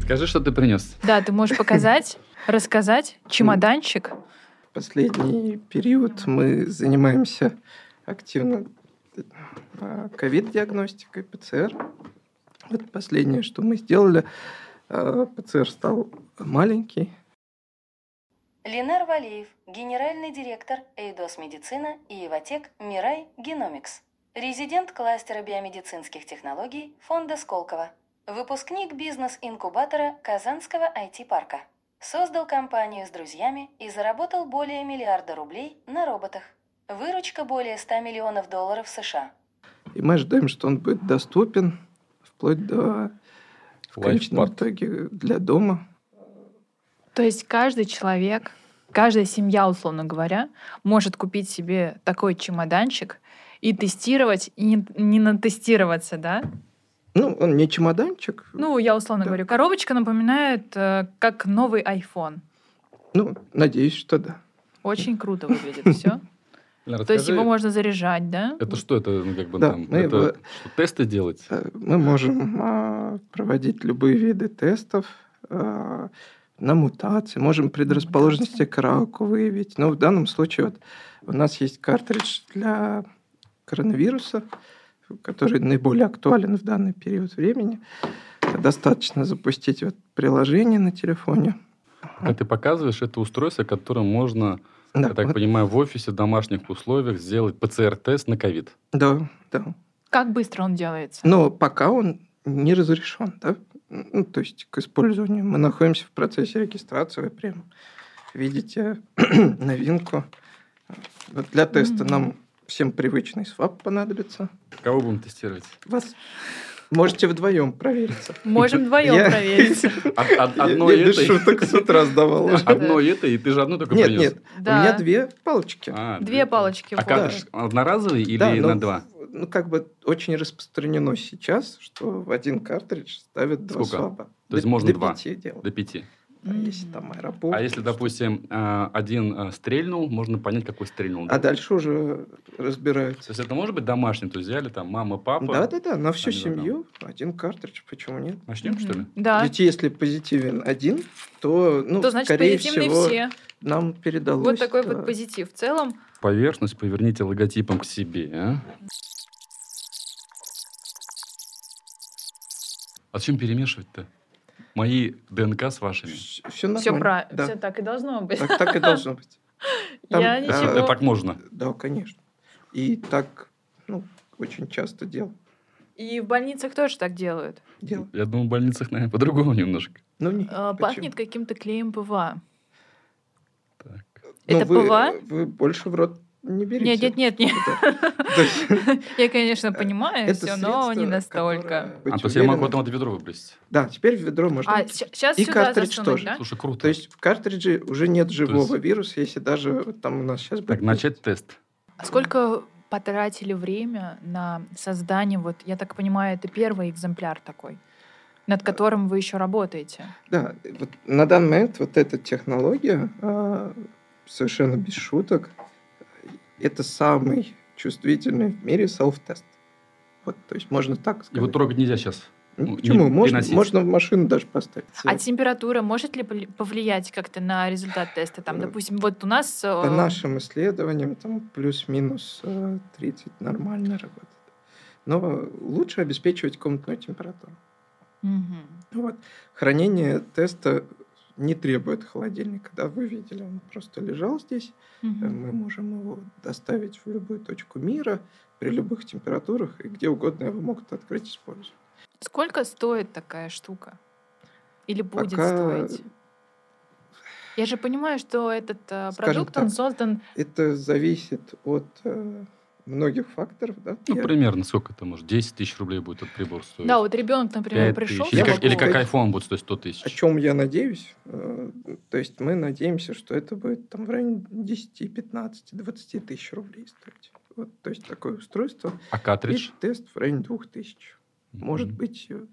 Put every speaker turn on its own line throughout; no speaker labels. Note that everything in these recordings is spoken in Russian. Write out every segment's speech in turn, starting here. Покажи, что ты принес.
Да, ты можешь показать, рассказать чемоданчик.
Последний период мы занимаемся активно а, ковид-диагностикой, ПЦР. Вот последнее, что мы сделали, а, ПЦР стал маленький.
Ленар Валеев, генеральный директор Эйдос Медицина и Иватек Мирай Геномикс, резидент кластера биомедицинских технологий фонда Сколково, выпускник бизнес-инкубатора Казанского IT-парка. Создал компанию с друзьями и заработал более миллиарда рублей на роботах. Выручка более 100 миллионов долларов США.
И мы ожидаем, что он будет доступен вплоть до в конечном
Лайфпад.
итоге для дома.
То есть каждый человек, каждая семья, условно говоря, может купить себе такой чемоданчик и тестировать, и не, не натестироваться, да?
Ну, он не чемоданчик. Ну,
Ну, я условно
Да.
говорю, коробочка напоминает э, как новый iPhone.
Ну, надеюсь, что да.
Очень круто выглядит все.
Лен,
То есть
расскажи,
его можно заряжать, да?
Это что это, ну, как бы
Да,
там,
мы
это
его-
что, тесты делать?
Э, Мы можем а, проводить любые виды тестов а, на мутации, можем предрасположенности к раку выявить. Но в данном случае вот у нас есть картридж для коронавируса, который наиболее актуален в данный период времени. Достаточно запустить вот приложение на телефоне.
А ты показываешь это устройство, которым можно,
Да,
я так
вот-
понимаю, в офисе, в домашних условиях сделать ПЦР-тест на ковид.
да, да.
Как быстро он делается?
Но пока он не разрешен, да? Ну, то есть к использованию. Мы находимся в процессе регистрации, вы прям видите новинку. Вот для теста
Мгм.
нам всем привычный свап понадобится.
Кого будем тестировать?
Вас можете вдвоем провериться.
Можем вдвоем
Я-
проверить.
Од- од- А, Одно
я, я без
это,
шуток с утра сдавал уже.
одно это, и ты же одно только
Нет,
принес.
нет, у меня две палочки.
А,
Две палочки.
А
вот.
как, одноразовый или
Да, но-
на два?
Ну, как бы очень распространено сейчас, что в один картридж ставят два
Сколько?
свапа.
То есть можно два?
делать.
До пяти.
А если там аэропорт?
А если, допустим, а, один а, стрельнул, можно понять, какой стрельнул. да?
А дальше уже разбираются.
То есть это может быть домашний, то есть взяли там мама, папа.
Да-да-да, на всю
Они же там.
семью один картридж, почему нет?
Начнем, что ли?
Мгм. Да.
Ведь если позитивен один, то, ну,
А? То значит,
скорее
позитивные
всего,
все.
нам передалось. э,
Вот такой
да.
вот позитив. В целом,
Поверхность поверните логотипом к себе, а? А зачем перемешивать-то? Мои ДНК с вашими.
Всё- Все нормально.
все
да.
правильно. так и должно быть.
Так, так и должно быть. Там, э,
Я
да,
Это
ничего.
так можно.
Да, конечно. И так, ну, очень часто дел,
И в больницах тоже так делают.
дело.
Я думаю, в больницах, наверное, по-другому немножко.
Ну, не,
Э,
почему?
Пахнет каким-то клеем ПВА.
Так.
Ну,
это
вы,
ПВА?
Вы больше в рот не берите.
Нет, нет, нет, нет.
То есть
Я, конечно, понимаю
Э, это
все, но не
средство,
настолько.
которое,
А,
быть
то есть я могу
уверенным-
потом это ведро выбросить.
Да, теперь в ведро можно.
А сейчас
И
сюда
картридж
засунуть,
тоже.
да?
Слушай, круто.
То есть в картридже уже нет живого
есть-
вируса, если даже вот там у нас сейчас
так, начать тест.
А Сколько потратили время на создание, вот, я так понимаю, это первый экземпляр такой,
Э.
над которым вы еще работаете?
Да, вот на данный момент вот эта технология, а, совершенно без шуток, это самый чувствительный в мире селф-тест. Вот, то есть можно так сказать.
Его трогать нельзя сейчас.
Ну,
не
почему? Можно,
приносить.
можно в машину даже поставить.
А температура может ли пли- повлиять как-то на результат теста? Там,
Э,
допустим, вот у нас... э,
По нашим исследованиям там плюс-минус э, 30 нормально работает. Но лучше обеспечивать комнатную температуру.
мгм.
Ну Вот. Хранение теста не требует холодильника, да, вы видели, он просто лежал здесь. Э,
Мгм.
Мы можем его доставить в любую точку мира при любых температурах и где угодно его могут открыть и использовать.
Сколько стоит такая штука? Или будет
Пока-
стоить? Я же понимаю, что этот э,
Скажем
продукт, он
так,
создан...
Это зависит от э, многих факторов, да.
Ну,
Я-
примерно сколько это может? 10 тысяч рублей будет этот прибор стоить.
Да, вот ребенок, например,
5
пришел...
тысяч. Или,
я
как, или
могу. А
как iPhone будет стоить 100 тысяч.
О чем я надеюсь? Э, То есть мы надеемся, что это будет там в районе 10, 15, 20 тысяч рублей стоить. Вот, то есть такое устройство.
А
И
картридж?
тест в районе 2000. Может
Мгм.
быть, э,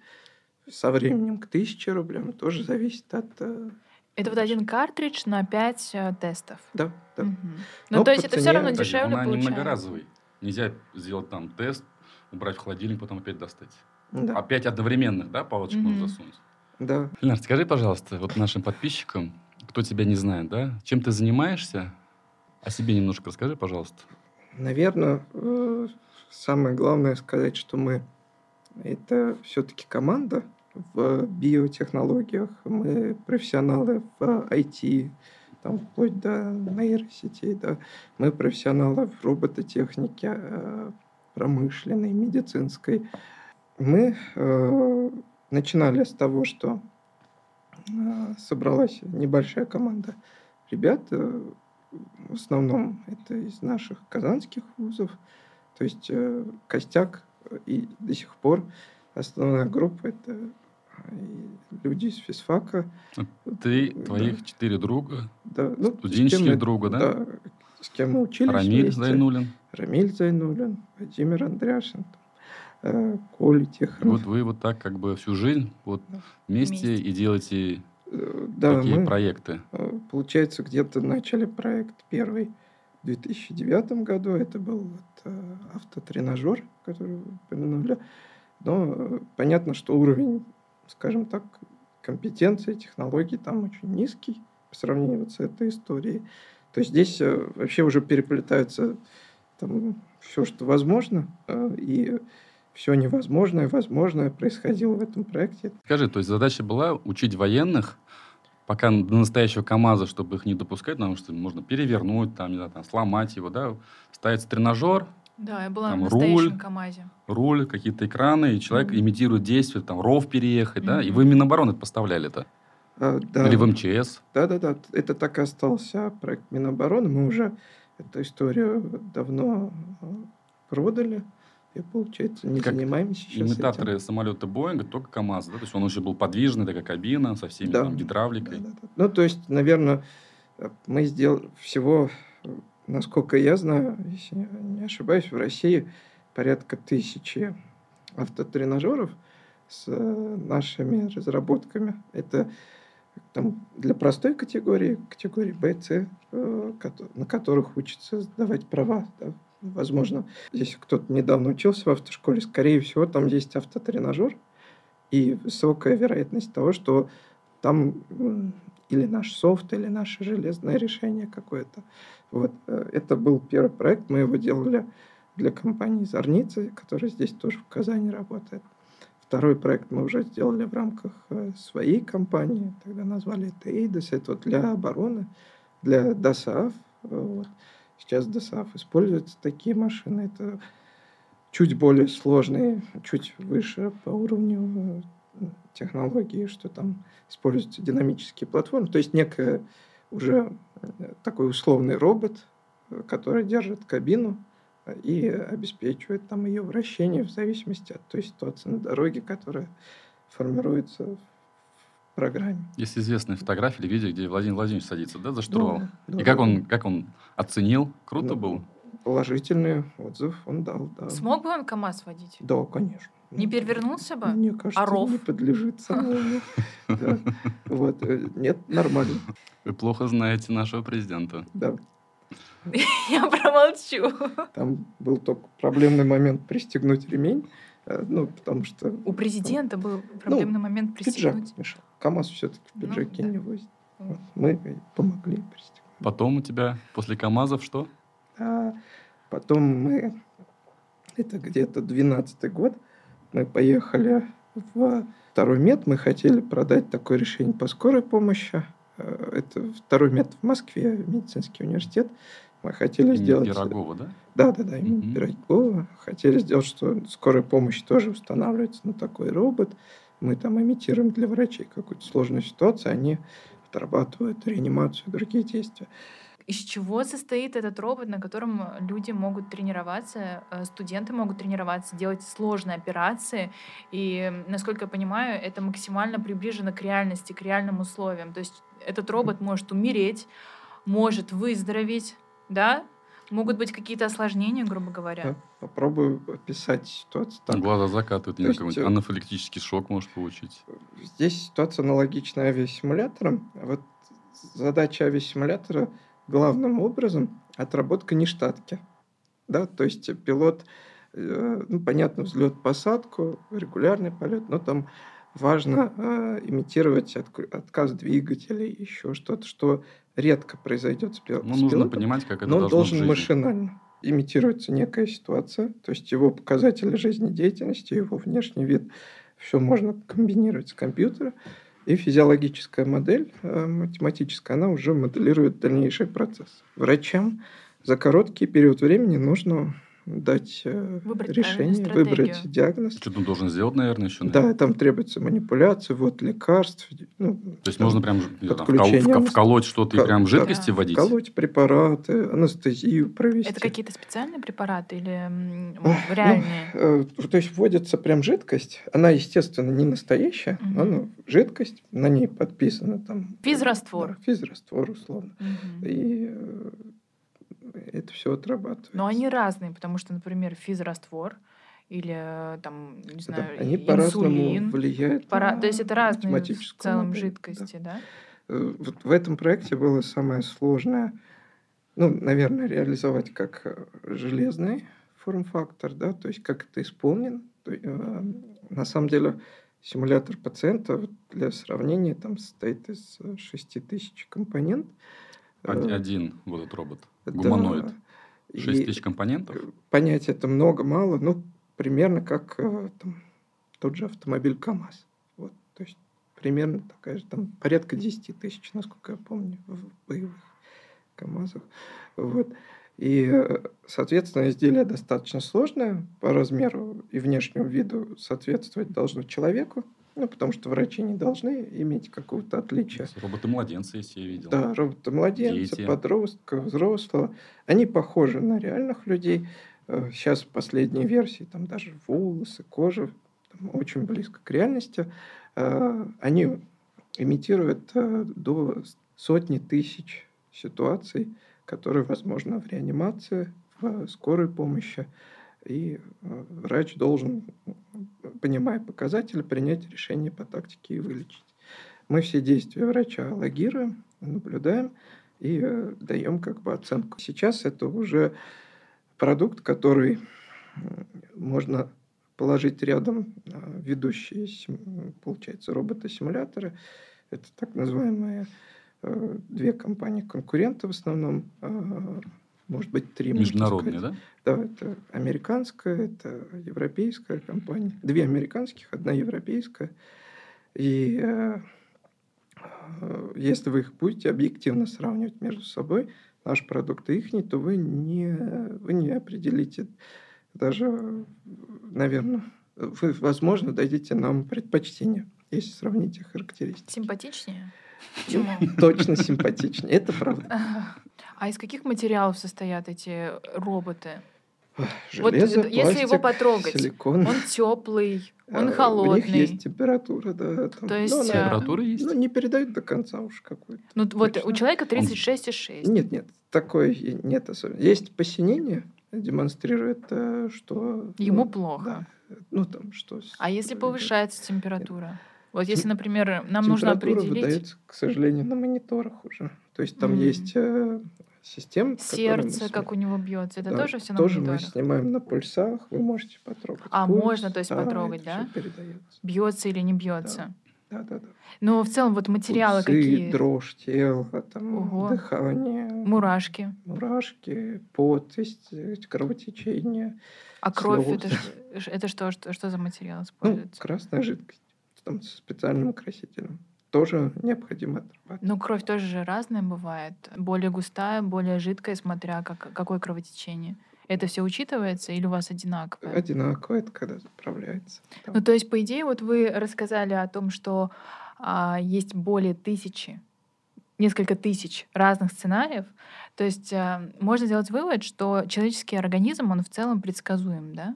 со временем к 1000 рублям тоже зависит от... э,
Это вот один картридж на 5 тестов.
Да, да.
Мгм. Ну,
Но
то
по
есть это все
цене-
равно
Подожди,
дешевле
он, наверное,
получается.
многоразовый. Нельзя сделать там тест, убрать в холодильник, потом опять достать.
да.
А пять одновременных, да, палочек
Мгм.
можно засунуть.
Да.
Ленар, скажи, пожалуйста, вот нашим подписчикам, кто тебя не знает, да, чем ты занимаешься, о себе немножко расскажи, пожалуйста.
Наверное, э, самое главное сказать, что мы это все-таки команда в биотехнологиях. Мы профессионалы в IT, там, вплоть до нейросетей. Да. Мы профессионалы в робототехнике, э, промышленной, медицинской. Мы э, начинали с того, что э, собралась небольшая команда ребят, э, в основном это из наших казанских вузов. То есть э, костяк э, и до сих пор основная группа это э, люди из физфака.
А Ты,
Ну, Да.
твоих четыре друга,
Да, ну, с кем
студенческих
мы-
друга, да?
с кем мы учились
Рамиль
вместе.
Зайнулин.
Рамиль Зайнулин, Владимир Андряшин, э, Коля
И
Тихонов.
вот вы вот так как бы всю жизнь вот
Да.
вместе,
Вместе.
и делаете
Э, да,
такие
мы-
проекты.
Э, Получается, где-то начали проект первый в 2009 году. Это был вот, э, автотренажер, который вы упомянули. Но э, понятно, что уровень, скажем так, компетенции, технологий там очень низкий по сравнению вот с этой историей. То есть здесь э, вообще уже переплетаются там все, что возможно, э, и все невозможное, возможное происходило в этом проекте.
Скажи, то есть задача была учить военных, пока до настоящего КАМАЗа, чтобы их не допускать, потому что можно перевернуть, там, не знаю, там, сломать его, да, ставится тренажер,
Да, я была
Там
на настоящем
руль.
КАМАЗе.
руль, какие-то экраны, и человек
Мгм.
имитирует действие, там, ров переехать, да, и
Мгм.
вы в Минобороны это поставляли-то?
Э, да.
Или в МЧС?
Да-да-да, это так и остался проект Минобороны. Мы уже эту историю давно э, продали. И, получается, не
Как
занимаемся сейчас
Имитаторы самолета Боинга, только КАМАЗ, да? То есть он еще был подвижный, такая кабина со всеми
Да.
там
этим.
гидравликой.
Да-да-да. Ну, то есть, наверное, мы сделали всего, э, насколько я знаю, если я не ошибаюсь, в России порядка тысячи автотренажеров с э, нашими разработками. Это там для простой категории, категории Б, С, э, кото- на которых учатся сдавать права. да. Возможно, если кто-то недавно учился в автошколе, скорее всего, там есть автотренажер, и высокая вероятность того, что там м, или наш софт, или наше железное решение какое-то. Вот. э, Это был первый проект, мы его делали для компании «Зорницы», которая здесь тоже в Казани работает. Второй проект мы уже сделали в рамках э, своей компании, тогда назвали это «Эйдос», это вот для обороны, для ДОСААФ. э, Вот. Сейчас ДОСААФ используются такие машины, это чуть более сложные, чуть выше по уровню э, технологии, что там используются динамические платформы, то есть некое уже э, такой условный робот, э, который держит кабину э, и обеспечивает там ее вращение в зависимости от той ситуации на дороге, которая формируется в программе.
Есть известные фотографии или видео, где Владимир Владимирович садится, да, за штурвал?
Да,
И как
да.
он, как он оценил? Круто
Ну,
было?
Положительный отзыв он дал, да.
Смог бы он КАМАЗ водить?
Да, конечно. Ну,
Не перевернулся бы? а
Мне кажется,
ров?
не подлежит сомнению. Да. Вот. э, Нет, нормально.
Вы плохо знаете нашего президента.
Да.
Я промолчу.
Там был только проблемный момент пристегнуть ремень. э, Ну, потому что
У президента был
ну,
проблемный момент
пиджак
пристегнуть.
мешал. КАМАЗ все-таки в
Ну,
пиджаке
да.
не возит.
Мгм.
Вот, Мы и помогли пристегнуть.
Потом у тебя после КАМАЗов что?
А потом мы, это где-то 12 год, мы поехали в второй мед. Мы хотели продать такое решение по скорой помощи. Э, Это второй мед в Москве, медицинский университет. Мы хотели
Имени
сделать...
Пирогова, да?
Да, да, да, именно
Мгм.
Пирогова. Хотели сделать, что скорая помощь тоже устанавливается на такой робот. Мы там имитируем для врачей какую-то сложную ситуацию, они отрабатывают реанимацию и другие действия.
Из чего состоит этот робот, на котором люди могут тренироваться, э, студенты могут тренироваться, делать сложные операции. И, насколько я понимаю, это максимально приближено к реальности, к реальным условиям. То есть этот робот может умереть, может выздороветь, да? Могут быть какие-то осложнения, грубо говоря.
Да, Попробую описать ситуацию так.
Глаза закатывают, не
То
знаю,
есть,
какой-нибудь анафилактический шок можешь получить.
Здесь ситуация аналогична авиасимуляторам. Вот задача авиасимулятора главным образом отработка нештатки. Да, то есть пилот, э, ну, понятно, взлет-посадку, регулярный полет, но там важно э, имитировать отк- отказ двигателей, еще что-то, что редко произойдет с, пи-
Ну,
с
нужно
пилотом,
понимать, как это
но он
должно
должен
в жизни.
машинально. Имитируется некая ситуация, то есть его показатели жизнедеятельности, его внешний вид, все можно комбинировать с компьютера. И физиологическая модель, э, математическая, она уже моделирует дальнейший процесс. Врачам за короткий период времени нужно дать э,
Выбрать
решение,
правильную
выбрать
стратегию.
диагноз.
Что-то он должен сделать, наверное, еще.
Да, там требуется манипуляция, вот лекарств. Ну,
То есть
там
можно прям не знаю, вкол-
подключение
вк-
анестезии.
вколоть что-то и
Ко-
прям
да.
жидкости вводить.
колоть препараты, анестезию провести.
Это какие-то специальные препараты или м,
Ох,
реальные?
Э, То есть вводится прям жидкость. Она, естественно, не настоящая, но
Мгм.
она жидкость, на ней подписано там... э,
Физраствор.
Да, физраствор, условно.
Мгм.
И э, это все отрабатывается.
Но они разные, потому что, например, физраствор или э, там, не
Да,
знаю,
они
и-
по-разному
инсулин.
влияют.
Пора-
на
То есть это разные в
математическую
целом
модель, да.
жидкости, да?
Э, вот в этом проекте было самое сложное, ну, наверное, реализовать как э, железный форм-фактор, да, то есть как это исполнен. То е- э, на самом деле симулятор пациента вот для сравнения там состоит из э, 6000 компонент.
Од-
Э,
Один вот этот робот.
да.
Гуманоид.
И
Шесть тысяч компонентов.
Э, понять это много-мало, ну, примерно как э, там, тот же автомобиль КАМАЗ. Вот, то есть примерно такая же, там порядка 10 тысяч, насколько я помню, в боевых КАМАЗах. Вот. И, э, соответственно, изделие достаточно сложное по размеру и внешнему виду соответствовать должно человеку, ну, потому что врачи не должны иметь какого-то отличия
Роботы-младенцы, если я видел.
да, робота-младенца,
Дети.
подростка, взрослого. Они похожи на реальных людей. Сейчас последние версии, там даже волосы, кожа, там очень близко к реальности. Э, Они имитируют э, до сотни тысяч ситуаций, которые возможны в реанимации, в скорой помощи. И э, врач должен, понимая показатели, принять решение по тактике и вылечить. Мы все действия врача логируем, наблюдаем и э, даем как бы оценку. Сейчас это уже продукт, который м, можно положить рядом э, ведущие, сим- получается, роботы-симуляторы. Это так называемые э, две компании-конкуренты в основном, э, может быть, три. можно
Международные,
сказать.
да?
Да, это американская, это европейская компания. Две американских, одна европейская. И э, э, если вы их будете объективно сравнивать между собой, наш продукт и ихний, то вы не, вы не определите даже, наверное, вы, возможно, дадите нам предпочтение, если сравните характеристики.
Симпатичнее? Почему?
Точно симпатичнее. Это правда.
А из каких материалов состоят эти роботы? Вот
Железо,
э, если его
пластик,
потрогать,
силикон.
Он теплый,
Э,
он
У них есть
холодный.
температура, да. там,
То
ну,
есть,
она-
э,
Температура есть?
ну, не передают до конца уж какую-то.
Ну т- вот у
Точно.
человека
Он-
36,6.
Нет, нет, такое и нет особенно. Есть посинение, демонстрирует, э, что...
Ему
ну,
плохо.
да, ну, там что... с-
А если
э,
повышается температура? Вот
Тем-
если, например, нам нужно
температура
определить
выдается, к сожалению, на мониторах уже. То есть там
Мгм.
есть э, система, которую мы
сердце,
сме-
как у него бьется, это
да,
тоже все на
тоже мы
мониторах?
снимаем на пульсах, вы можете потрогать.
А, можно, то есть,
да,
потрогать,
это всё
да?
передается.
Бьется или не бьется?
Да, да, да.
Но в целом вот материалы
Пульсы,
какие?
дрожь тела, там,
Ого.
дыхание,
Мурашки.
мурашки, пот, то есть, э, кровотечение.
А кровь
Слёзы.
это, ж- это что, что? Что за материал
Ну,
используется?
красная жидкость там, со специальным красителем. Тоже необходимо отрабатывать.
Ну, кровь тоже же разная бывает. Более густая, более жидкая, смотря как, какое кровотечение. Это все учитывается или у вас одинаковое?
Одинаково Э, это когда заправляется. Там.
Ну, то есть, по идее, вот вы рассказали о том, что а, есть более тысячи, несколько тысяч разных сценариев. То есть а, можно сделать вывод, что человеческий организм, он в целом предсказуем, да?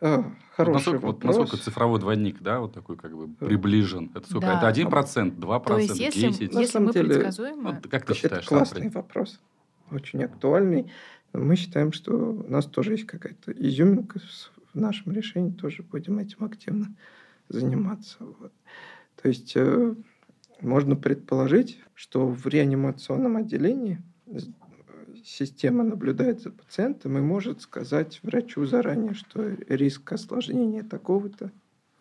А,
Вот
хороший
насколько, вот
вопрос.
насколько цифровой двойник, да, вот такой как бы приближен. Это сколько?
Да.
Это 1%, 2%,
То есть если,
10%.
На
если
самом
мы
деле,
предсказуемы...
Ну, как ты
Ну, это
считаешь? сам,
классный вопрос. Очень актуальный. Мы считаем, что у нас тоже есть какая-то изюминка с- в нашем решении. Тоже будем этим активно заниматься. Вот. То есть э, можно предположить, что в реанимационном отделении с- система наблюдает за пациентом и может сказать врачу заранее, что риск осложнения такого-то,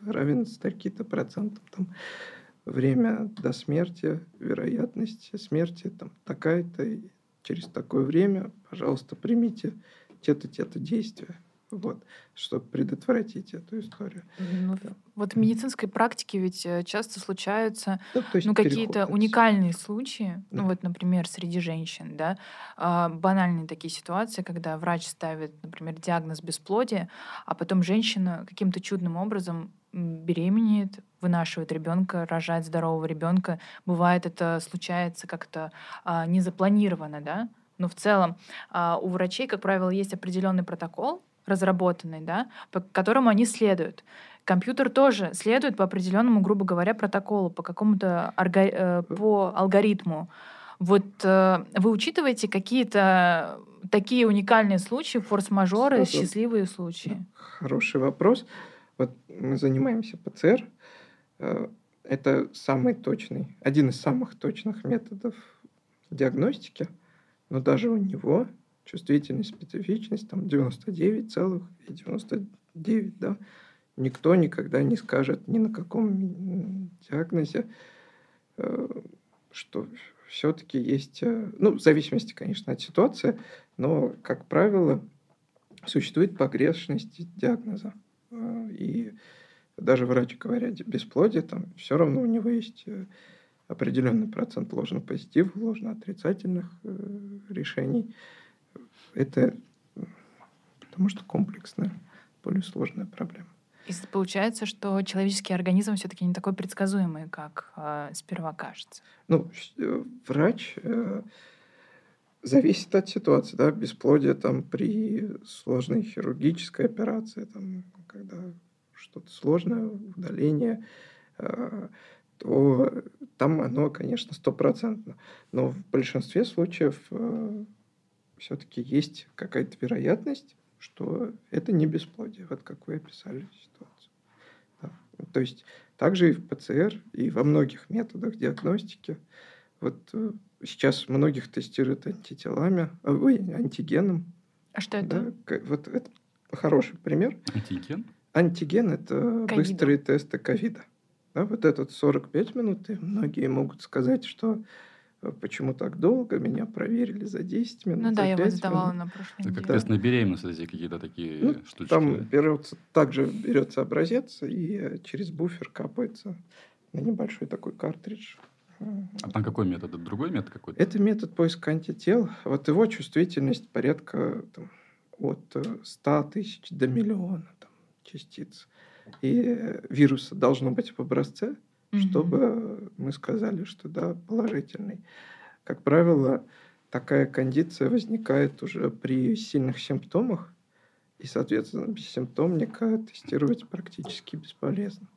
э, равен стольки-то процентам. Там, время до смерти, вероятность смерти там такая-то, через такое время, пожалуйста, примите те-то, те-то действия. Вот, чтобы предотвратить эту историю.
Ну,
Да.
Вот в медицинской практике ведь э, часто случаются
Ну, то есть
ну, какие-то
переход.
уникальные случаи,
Да.
ну вот, например, среди женщин, да, а, банальные такие ситуации, когда врач ставит, например, диагноз бесплодия, а потом женщина каким-то чудным образом м, беременеет, вынашивает ребенка, рожает здорового ребенка. Бывает это случается как-то а, не запланировано, да. Но в целом а, у врачей, как правило, есть определенный протокол разработанный, да, по которому они следуют. Компьютер тоже следует по определенному, грубо говоря, протоколу, по какому-то орга- э, по алгоритму. Вот э, вы учитываете какие-то такие уникальные случаи, форс-мажоры,
Сразу.
счастливые случаи?
Хороший вопрос. Вот мы занимаемся ПЦР. Э, Это самый точный, один из самых точных методов диагностики. Но даже у него чувствительность, специфичность там 99,99, да. Никто никогда не скажет ни на каком м, диагнозе, э, что все-таки есть, э, ну, в зависимости, конечно, от ситуации, но, как правило, существует погрешность диагноза. Э, И даже врач, говоря о бесплодие, там все равно у него есть э, определенный процент ложно-позитивных, ложно-отрицательных э, решений. Это э, потому что комплексная, более сложная проблема.
И с- получается, что человеческий организм все-таки не такой предсказуемый, как э, сперва кажется.
Ну, вс- э, врач э, зависит от ситуации, да, бесплодие там при сложной хирургической операции, там, когда что-то сложное, удаление, э, то там оно, конечно, стопроцентно. Но в большинстве случаев все-таки есть какая-то вероятность, что это не бесплодие, вот как вы описали ситуацию. Да. То есть также и в ПЦР, и во многих методах диагностики. Вот э, сейчас многих тестируют антителами, а, ой, антигеном.
А что это?
да. К- Вот это хороший пример.
Антиген?
Антиген – это
Ковида.
быстрые тесты ковида. Да, вот этот 45 минут, и многие могут сказать, что э, почему так долго, меня проверили за 10 минут,
Ну да,
за
я его
5
задавала
минут».
на прошлой
Это как
неделе.
тест на беременность, эти какие-то такие
Ну,
штучки.
Там
да?
берется, также берется образец, и э, через буфер капается на небольшой такой картридж. М.
А там какой метод? Это другой метод какой-то?
Это метод поиска антител. Вот его чувствительность порядка там, от э, 100 тысяч до миллиона там, частиц. И э, вируса должно быть в образце,
Мгм.
чтобы мы сказали, что да, положительный. Как правило, такая кондиция возникает уже при сильных симптомах, и, соответственно, бессимптомника тестировать практически бесполезно.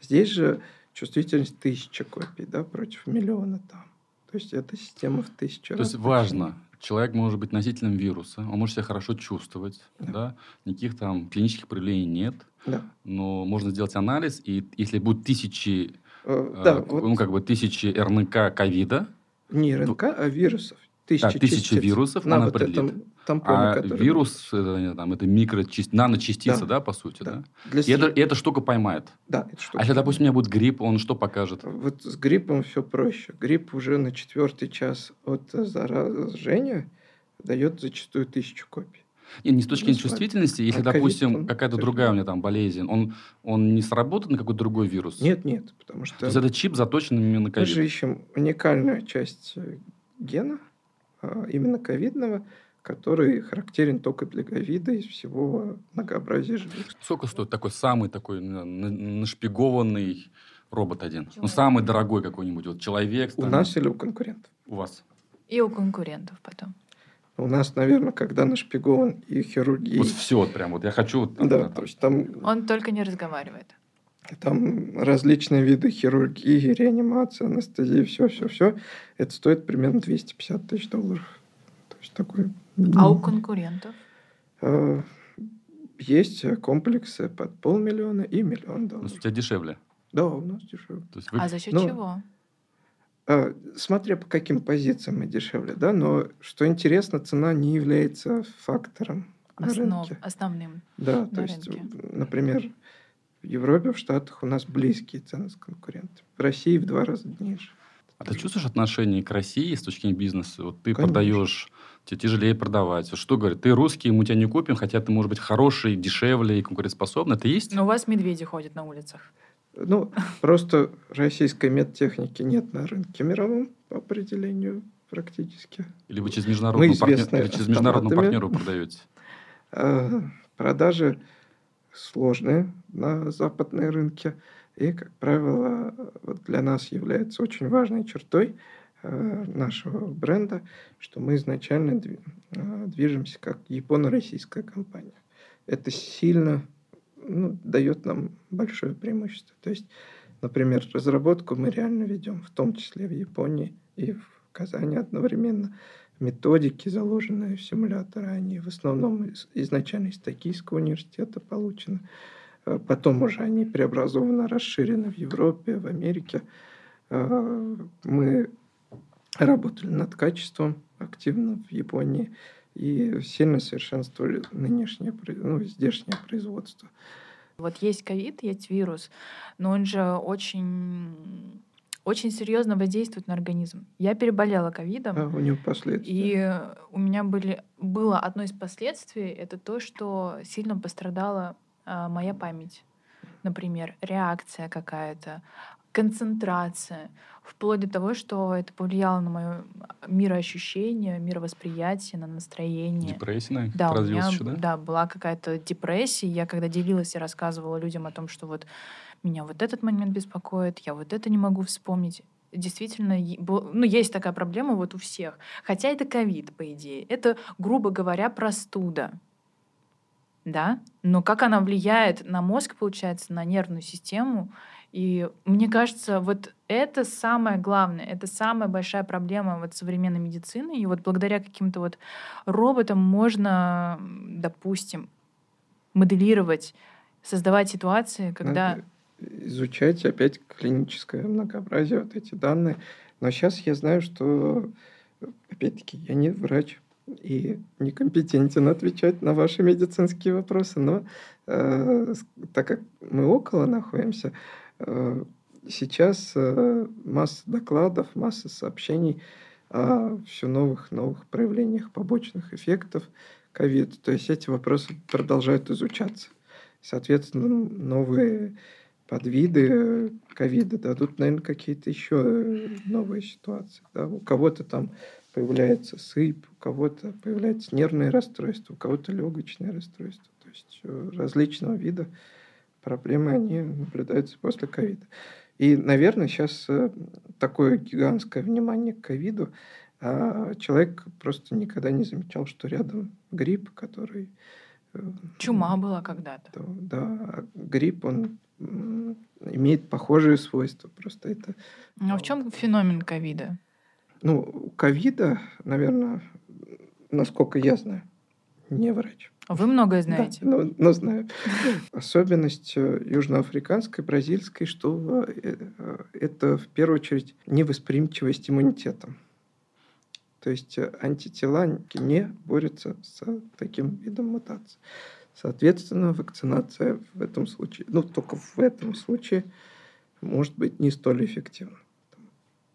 Здесь же чувствительность тысячи копий да, против миллиона там. То есть эта система в тысячу
То есть важно, человек может быть носителем вируса, он может себя хорошо чувствовать,
Да.
да, никаких там клинических проявлений нет,
Да,
но можно сделать анализ, и если будут тысячи,
Э,
э,
да
ну,
вот
как бы тысячи РНК ковида,
не РНК, а вирусов. Тысячи,
Да, тысячи
частиц
вирусов
на
она
вот этом
определит.
тампоне,
а
который-
вирус, это, не, там, это микрочаст... наночастица, да.
Да.
по сути, да?
Да. Для
И, это,
сим-
и эта штука поймает.
да, это штука.
А если, допустим, у меня будет грипп, он что покажет?
Вот с гриппом все проще. Грипп уже на четвертый час от заражения дает зачастую тысячу копий.
Не, не с точки
Ну,
зрения
с вами.
чувствительности, если,
А ковид,
допустим,
он
какая-то
тоже.
другая у меня там болезнь, он, он не сработан на какой-то другой вирус?
Нет, нет, потому
То
что
есть этот чип заточен именно на
мы
ковид?
же ищем уникальную часть э, гена, а, именно ковидного, который характерен только для ковида из всего многообразия живых.
Сколько стоит такой самый такой на- на- нашпигованный робот один? Ну,
Человек.
самый дорогой какой-нибудь. Вот человек.
У
там,
нас или у конкурентов?
У вас.
И у конкурентов потом.
У нас, наверное, когда нашпигован и хирургия.
Вот все вот прям. Вот я хочу... вот там,
Да,
там,
то есть там
Он только не разговаривает.
Там различные виды хирургии, реанимация, анестезия, все-все-все. Это стоит примерно 250 тысяч долларов. То есть такой...
А у конкурентов?
Э, Есть комплексы под полмиллиона и миллион
ну, у
долларов.
тебя дешевле.
Да, у нас дешевле.
То есть вы-
А за счет
Ну,
чего?
Э, Смотря по каким позициям мы дешевле, да, но что интересно, цена не является фактором на
Основ-
рынке.
основным.
Да,
на
то есть,
рынке.
например, В Европе, в Штатах у нас близкие цены с конкурентами. В России в два раза ниже.
А ты чувствуешь отношение к России с точки зрения бизнеса? Вот ты
Конечно.
продаешь, тебе тяжелее продавать. Вот Что говорят? Ты русский, мы тебя не купим, хотя ты, может быть, хороший, дешевле и конкурентоспособный. Это есть?
Но Ну, у вас медведи ходят на улицах.
Ну, просто российской медтехники нет на рынке мировом по определению практически.
Либо через международную, партнер-
известны
или через международную
автоматами.
партнеру продаете?
Э, Продажи сложные на западные рынки. И, как правило, вот для нас является очень важной чертой э, нашего бренда, что мы изначально дви- э, движемся как японо-российская компания. Это сильно ну, дает нам большое преимущество. То есть, например, разработку мы реально ведем, в том числе в Японии и в Казани одновременно методики, заложенные в симуляторы, они в основном из- изначально из Токийского университета получены. Э, Потом уже они преобразованы, расширены в Европе, в Америке. Э, Мы работали над качеством активно в Японии и сильно совершенствовали нынешнее, произ- ну, здешнее производство.
Вот есть ковид, есть вирус, но он же очень, очень серьезно воздействует на организм. Я переболела ковидом.
А у него последствия.
И у меня были, было одно из последствий, это то, что сильно пострадала а, моя память. Например, реакция какая-то, концентрация, вплоть до того, что это повлияло на мое мироощущение, мировосприятие, на настроение.
Депрессия, наверное,
Да, у меня
развилась еще, да?
была какая-то депрессия. Я когда делилась и рассказывала людям о том, что вот меня вот этот момент беспокоит, я вот это не могу вспомнить. Действительно, е- бо- ну, есть такая проблема вот у всех. Хотя это ковид, по идее. Это, грубо говоря, простуда. Да? Но как она влияет на мозг, получается, на нервную систему. И мне кажется, вот это самое главное, это самая большая проблема вот современной медицины. И вот благодаря каким-то вот роботом можно, м, допустим, моделировать, создавать ситуации, когда...
Надо изучать опять клиническое многообразие, вот эти данные. Но сейчас я знаю, что, опять-таки, я не врач и некомпетентен отвечать на ваши медицинские вопросы, но э, с- так как мы около находимся, э, сейчас э, масса докладов, масса сообщений о все новых новых проявлениях побочных эффектов ковид. То есть эти вопросы продолжают изучаться. Соответственно, ну, новые подвиды э, ковида дадут, наверное, какие-то еще э, новые ситуации. да. У кого-то там появляется сыпь, у кого-то появляется нервное расстройство, у кого-то легочное расстройство. То есть э, различного вида проблемы, они наблюдаются после ковида. И, наверное, сейчас такое гигантское внимание к ковиду. а, Человек просто никогда не замечал, что рядом грипп, который... э,
Чума была когда-то.
то, да, а грипп, он м, имеет похожие свойства. Просто это,
Но А в чем феномен ковида?
ну, у ковида, наверное, насколько я знаю, не врач.
Вы многое
Да,
знаете.
ну, ну, знаю. Особенность э, южноафриканской, бразильской, что э, э, это в первую очередь невосприимчивость иммунитета. То есть э, антитела не борются с таким видом мутации. Соответственно, вакцинация в этом случае, ну только в этом случае, может быть не столь эффективна.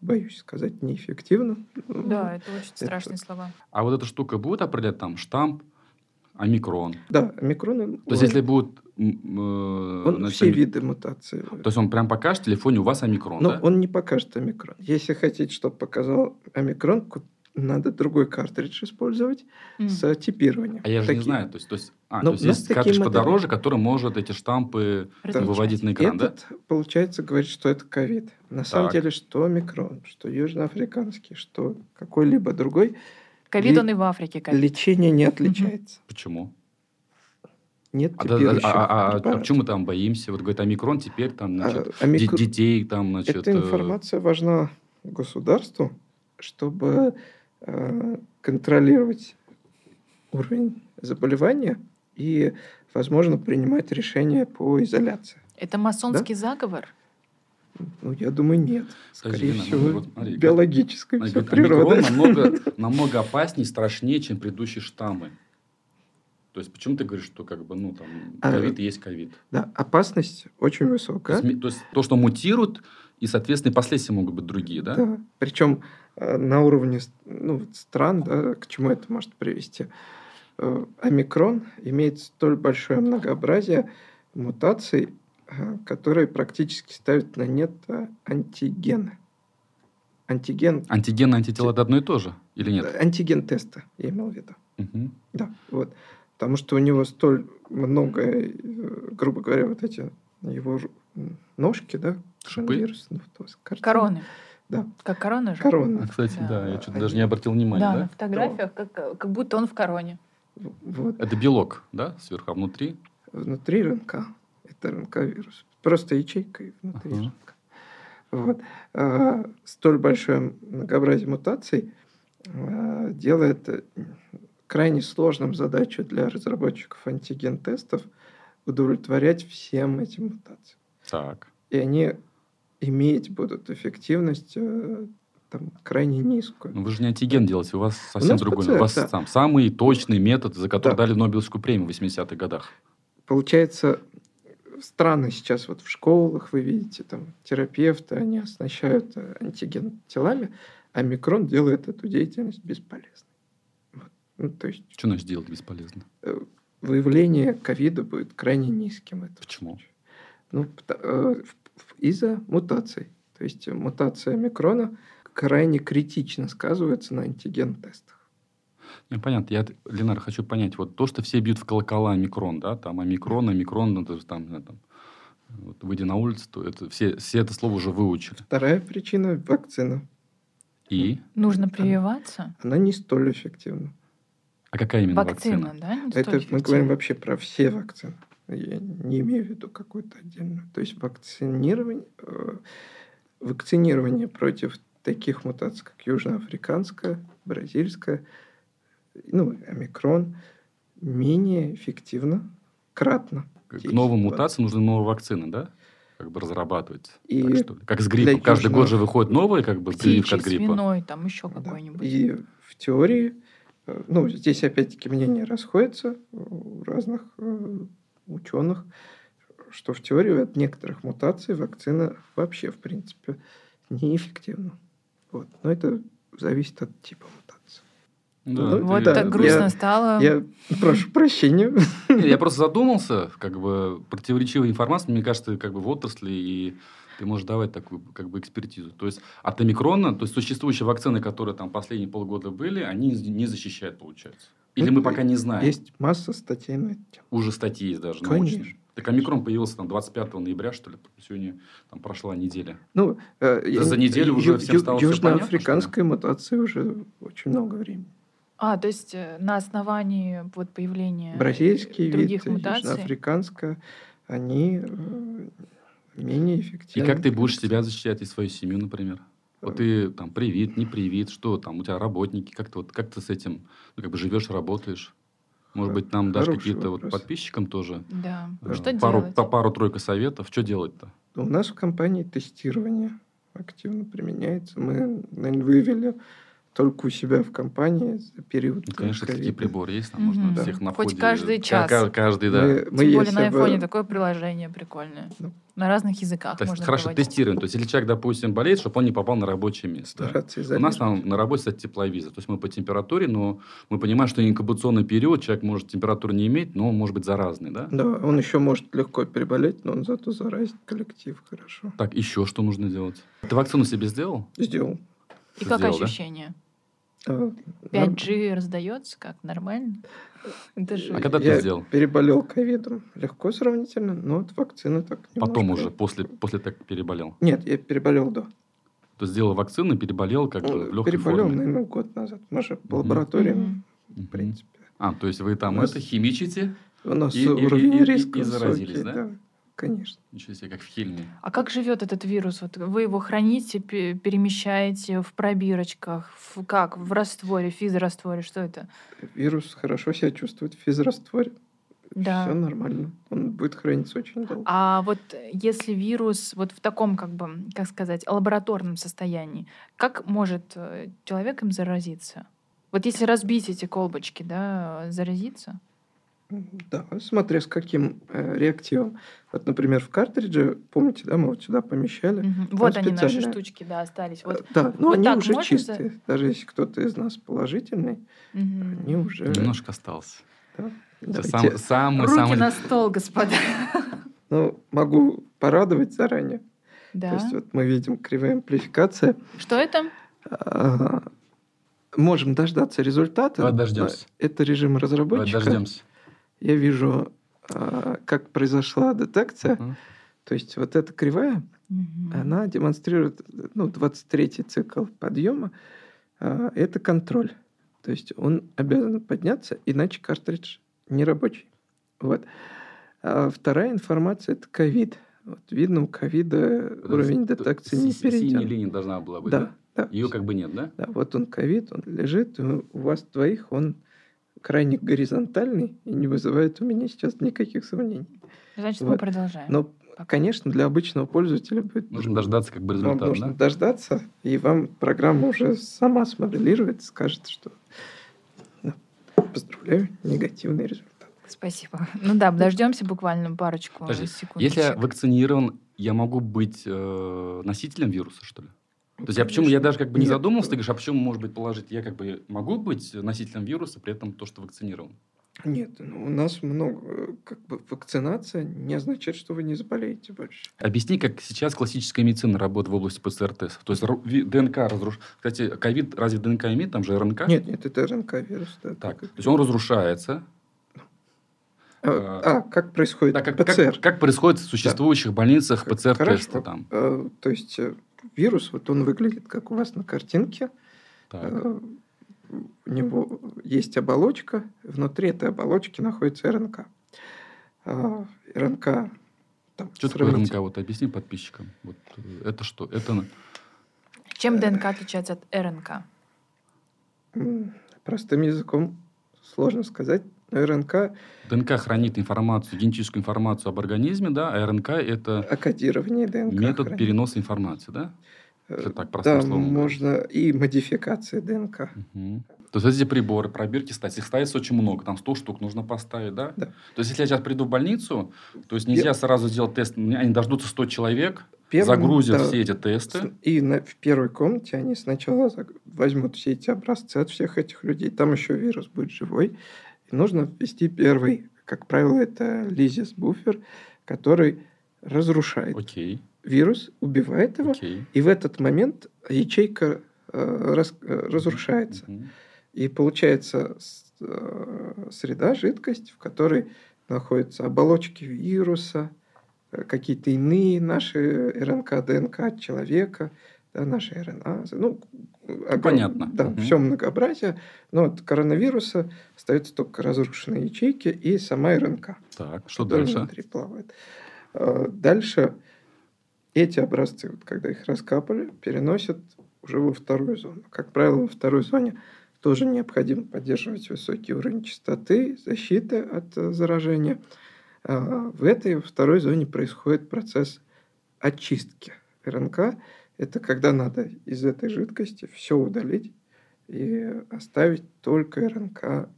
Боюсь сказать неэффективно.
Да, это очень
это-
страшные слова.
А вот эта штука будет определять там штамп, омикрон?
Да, омикрон...
То есть, если будут... м, э,
Он
значит,
все
оми-
виды мутации.
То есть, он прям покажет в телефоне, у вас омикрон,
Но
да?
Ну, он не покажет омикрон. Если хотите, чтобы показал омикрон, ку- надо другой картридж использовать
М.
с типированием.
А я же не
Такие.
знаю. То есть, то есть, а, то
Но
есть,
у нас
есть
такие
картридж
модели.
подороже, который может эти штампы
Различать.
выводить на экран, да?
Этот, получается, говорит, что это ковид. На самом
Так.
деле, что омикрон, что южноафриканский, что какой-либо другой,
Ковид,
ли-
он и в Африке ковид.
лечение не отличается.
Почему?
Нет
А, да- да-
типирующих
а- а- а
препаратов.
почему мы там боимся? Вот говорит, омикрон теперь там,
А,
значит,
омик-
де- детей там, значит...
Эта
э,
информация важна государству, чтобы э, контролировать уровень заболевания и, возможно, принимать решения по изоляции.
Это масонский заговор?
Ну, я думаю, нет. Скорее
Елена,
всего,
ну вот смотри,
биологическая
она
всё
говорит,
природа.
омикрон намного, намного опаснее, страшнее, чем предыдущие штаммы. То есть, почему ты говоришь, что как бы, ну, там,
А,
ковид и есть ковид?
Да, опасность очень
То
высокая.
есть, ми- то есть, то, что мутирует, и, соответственно, и последствия могут быть другие, да?
Причем э, на уровне с- ну, вот стран, да, к чему это может привести. Э, Омикрон имеет столь большое многообразие мутаций, э, которые практически ставят на нет э, антигены. Антиген, э,
Антигены, антитела – это одно и то же? Или нет?
антиген теста, я имел в виду.
Мгм.
Да, вот. Потому что у него столь много, э, грубо говоря, вот эти его ж- м, ножки, да,
Шипы?
вирус, ну, то есть картина.
Короны.
Да.
Как корона же.
А,
Корона.
Кстати, да,
Да.
я что-то даже не обратил внимания,
Да,
да?
на фотографиях, как, как будто он в короне.
Вот.
Это белок, да, сверху, а внутри?
внутри РНК. Это РНК-вирус. Просто ячейка и внутри
Ага.
РНК. Вот. А, столь большое многообразие мутаций а, делает э, крайне сложным задачу для разработчиков антиген-тестов удовлетворять всем этим мутациям.
Так.
И они иметь будут эффективность э, там, крайне низкую.
Ну, вы же не антиген делаете, у вас совсем
нас
другой.
ПЦР,
у вас
да.
там самый точный метод, за который
Да.
дали Нобелевскую премию в 80-х годах.
получается, страны сейчас вот в школах, вы видите, там терапевты, они оснащают э, антиген телами, а микрон делает эту деятельность бесполезной. Вот. Ну, то есть
Что значит делать бесполезно?
э, выявление ковида будет крайне низким. в этом
Почему?
случае. Ну, пта- э, в- в- из-за мутаций. То есть э, мутация микрона крайне критично сказывается на антиген-тестах.
Не, Ну, понятно. Я, Ленар, хочу понять, вот то, что все бьют в колокола микрон, да, там, омикрон, омикрон, ну, даже там, не знаю, там, вот выйди на улицу, то это, все, все это слово уже выучили.
Вторая причина – вакцина.
И?
Нужно прививаться.
Она не столь эффективна.
А какая именно вакцина?
Вакцина, да? не
Это
стоит
мы
эффективна?
говорим вообще про все вакцины. Я не имею в виду какую-то отдельную. То есть вакцинирование, э, вакцинирование против таких мутаций, как южноафриканская, бразильская, ну, омикрон, менее эффективно, кратно.
К
Есть,
новым
да.
мутациям нужны новые вакцины, да? Как бы разрабатывать.
И
так А что ли? Как с гриппом.
для
Каждый
южного-
год же выходит новая, как бы, прививка
Птичий,
от гриппа.
свиной, там еще
Да.
какой-нибудь.
И в теории, э, ну, здесь опять-таки мнения расходятся у разных э, ученых, что в теории от некоторых мутаций вакцина вообще, в принципе, неэффективна. Вот. Но это зависит от типа мутации.
Да,
Ну,
Вот
ты-
да,
так
я-
грустно стало.
Я прошу прощения.
Не, Я просто задумался, как бы противоречивая информация, мне кажется, как бы в отрасли, и ты можешь давать такую как бы экспертизу. То есть от омикрона, то есть существующие вакцины, которые там последние полгода были, они не- не защищают, получается. Или
Ну,
мы пока не знаем.
Есть масса статей на эту тему.
Уже статьи есть даже
Конечно.
научные. Так омикрон появился там 25 ноября, что ли, сегодня там прошла неделя.
Ну, э, я
за
не-
неделю уже всем стало всё понятно,
Южноафриканской мутации уже очень много времени.
А, то есть э, на основании вот появления
бразильский
э, других
вид,
мутаций.
южноафриканская, они э, менее
И
эффективны.
как ты будешь себя защищать и свою семью, например?
Э.
Вот ты там привит, не привит, что там, у тебя работники, как ты, вот, как ты с этим, ну, как бы живешь, работаешь? Может
Хо-
быть, нам дашь
хороший
какие-то вот
вопрос.
подписчикам тоже
Да.
э,
Что
пару,
делать?
по- пару-тройка советов, что делать-то? Ну,
У нас в компании тестирование активно применяется. Мы наверное, вывели только у себя в компании за период
Ну, конечно, такие
ковида.
приборы есть, там
Мгм.
можно
Да.
всех на
Хоть
входе,
каждый
ка-
час.
ка- Каждый, да.
Мы, э,
Тем
мы
более
если
на
бы-
айфоне такое приложение прикольное.
Ну.
На разных языках
То есть,
можно
хорошо,
проводить.
тестируем. То есть, если человек, допустим, болеет, чтобы он не попал на рабочее место. У
стараться
нас
изолировать.
там на работе, кстати, тепловизор. То есть мы по температуре, но мы понимаем, что инкубационный период, человек может температуру не иметь, но он может быть заразный, да?
Да, он еще может легко переболеть, но он зато заразит коллектив хорошо.
Так, еще что нужно делать? Ты вакцину себе сделал?
Сделал.
И как
Сделал, да?
ощущение?
А, нам-
5G раздается как? Нормально?
Э,
Это же...
А когда ты
Я
сделал?
переболел ковидом. Легко сравнительно, но от вакцины так не
Потом уже, после, после так переболел.
Нет, я переболел, да.
То есть сделал вакцину и переболел как бы в
Ну,
легкой
Переболел,
форме.
наверное, год назад. Мы же по
Мгм.
лабораториям,
Мгм.
Мгм.
в принципе.
А, то есть вы там
У нас-
это химичите?
У нас
И- и-
уровень
и- и-
риска
и заразились,
высокий,
да?
Конечно.
Ничего себе, как в Хельме.
А как живет этот вирус? Вот вы его храните, пе- перемещаете в пробирочках, в как? В растворе, в физрастворе, что это?
Вирус хорошо себя чувствует в физрастворе.
Да.
Все нормально. Он будет храниться очень долго.
А вот если вирус вот в таком, как бы, как сказать, лабораторном состоянии, как может э, человек им заразиться? Вот если разбить эти колбочки, да, заразиться?
Да, смотря с каким э, реактивом. Вот, например, в картридже, помните, да, мы вот сюда помещали.
Мгм. Вот они, наши
специально.
штучки, да, остались.
Э,
Вот.
Да, но
вот
они
так
уже
можно за-
чистые. Даже если кто-то из нас положительный,
Мгм.
они уже...
Немножко осталось. Это
Э,
сам-
Давайте-
самый,
Руки
самый...
на стол, господа.
Ну, могу порадовать заранее. То
Да.
есть вот мы видим кривая амплификация.
Что это?
А, Можем дождаться результата.
Давай дождёмся.
А, Это режим
Давай
разработчика.
дождемся.
Я вижу, а, как произошла детекция.
Мгм.
То есть вот эта кривая,
Мгм.
она демонстрирует ну, 23-й цикл подъема. А, Это контроль. То есть он обязан подняться, иначе картридж не рабочий. Вот. А вторая информация – это ковид. Вот видно, у ковида уровень
Т-
детекции не
си- Синяя
перейден.
линия должна была быть,
Да,
да?
да.
Ее как бы нет, да?
Да, вот он ковид, он лежит, и у вас двоих он крайне горизонтальный и не вызывает у меня сейчас никаких сомнений.
Значит, мы
вот.
продолжаем.
Но, конечно, для обычного пользователя будет
Нужно дождаться как бы
вам
результата,
нужно
Ну, да?
дождаться, и вам программа уже сама смоделирует, скажет, что «Ну, поздравляю, негативный результат.
Спасибо. Ну да, дождемся буквально парочку
Подожди,
секунд.
Если я вакцинирован, я могу быть э, носителем вируса, что ли? То есть я почему я даже как бы не
Ну, Нет.
задумывался, ты говоришь, а почему может быть положить? Я как бы могу быть носителем вируса, при этом то, что вакцинирован.
Нет, ну, у нас много, э, как бы вакцинация не означает, что вы не заболеете больше.
Объясни, как сейчас классическая медицина работает в области ПЦР-тестов. То есть ру- ви- ДНК разрушает. Кстати, ковид разве ДНК имеет? Там же РНК?
Нет, нет, это РНК-вирус. Да,
Так, то
так.
есть он разрушается.
А,
э,
а, как происходит
Так как, как-
ПЦР?
Как, происходит в существующих больницах
Как-
ПЦР-тесты
хорошо.
там?
Э, То есть э, вирус, вот он выглядит, как у вас на картинке.
Так.
Э, У него есть оболочка, внутри этой оболочки находится РНК. Э, РНК там,
Что такое
сравните.
РНК? Вот объясни подписчикам. Вот, э, это что? Это на-
Чем ДНК отличается от РНК?
М, Простым языком сложно сказать. но РНК
ДНК хранит информацию, генетическую информацию об организме, да, а РНК – это
о кодировании ДНК.
метод
хранит.
переноса информации, да?
Э,
Если так, простым
Да,
словом.
можно и модификации ДНК.
Мгм. То есть вот эти приборы, пробирки ставить, их ставится очень много, там 100 штук нужно поставить, да?
Да.
То есть если я сейчас приду в больницу, то есть нельзя сразу сделать тест, м, они дождутся 100 человек,
Первым,
загрузят
да,
все эти
С-
тесты.
И на- в первой комнате они сначала заг- возьмут все эти образцы от всех этих людей. Там еще вирус будет живой. И нужно ввести первый. Как правило, это лизис-буфер, который разрушает
Окей,
вирус, убивает его.
окей.
И в этот момент ячейка э, раз- э, разрушается.
Мгм.
И получается с- э, среда, жидкость, в которой находятся оболочки вируса, э, какие-то иные наши РНК, ДНК от человека, да, наши РНА. Ну, огром-
понятно.
Да,
Мгм.
все многообразие. Но от коронавируса остаются только разрушенные ячейки и сама РНК.
Так, что
которая
дальше?
внутри плавает. Э, Дальше эти образцы, вот когда их раскапали, переносят уже во вторую зону. Как правило, во второй зоне тоже необходимо поддерживать высокий уровень чистоты, защиты от э, заражения. А В этой во второй зоне происходит процесс очистки РНК. Это когда надо из этой жидкости все удалить и оставить только РНК а,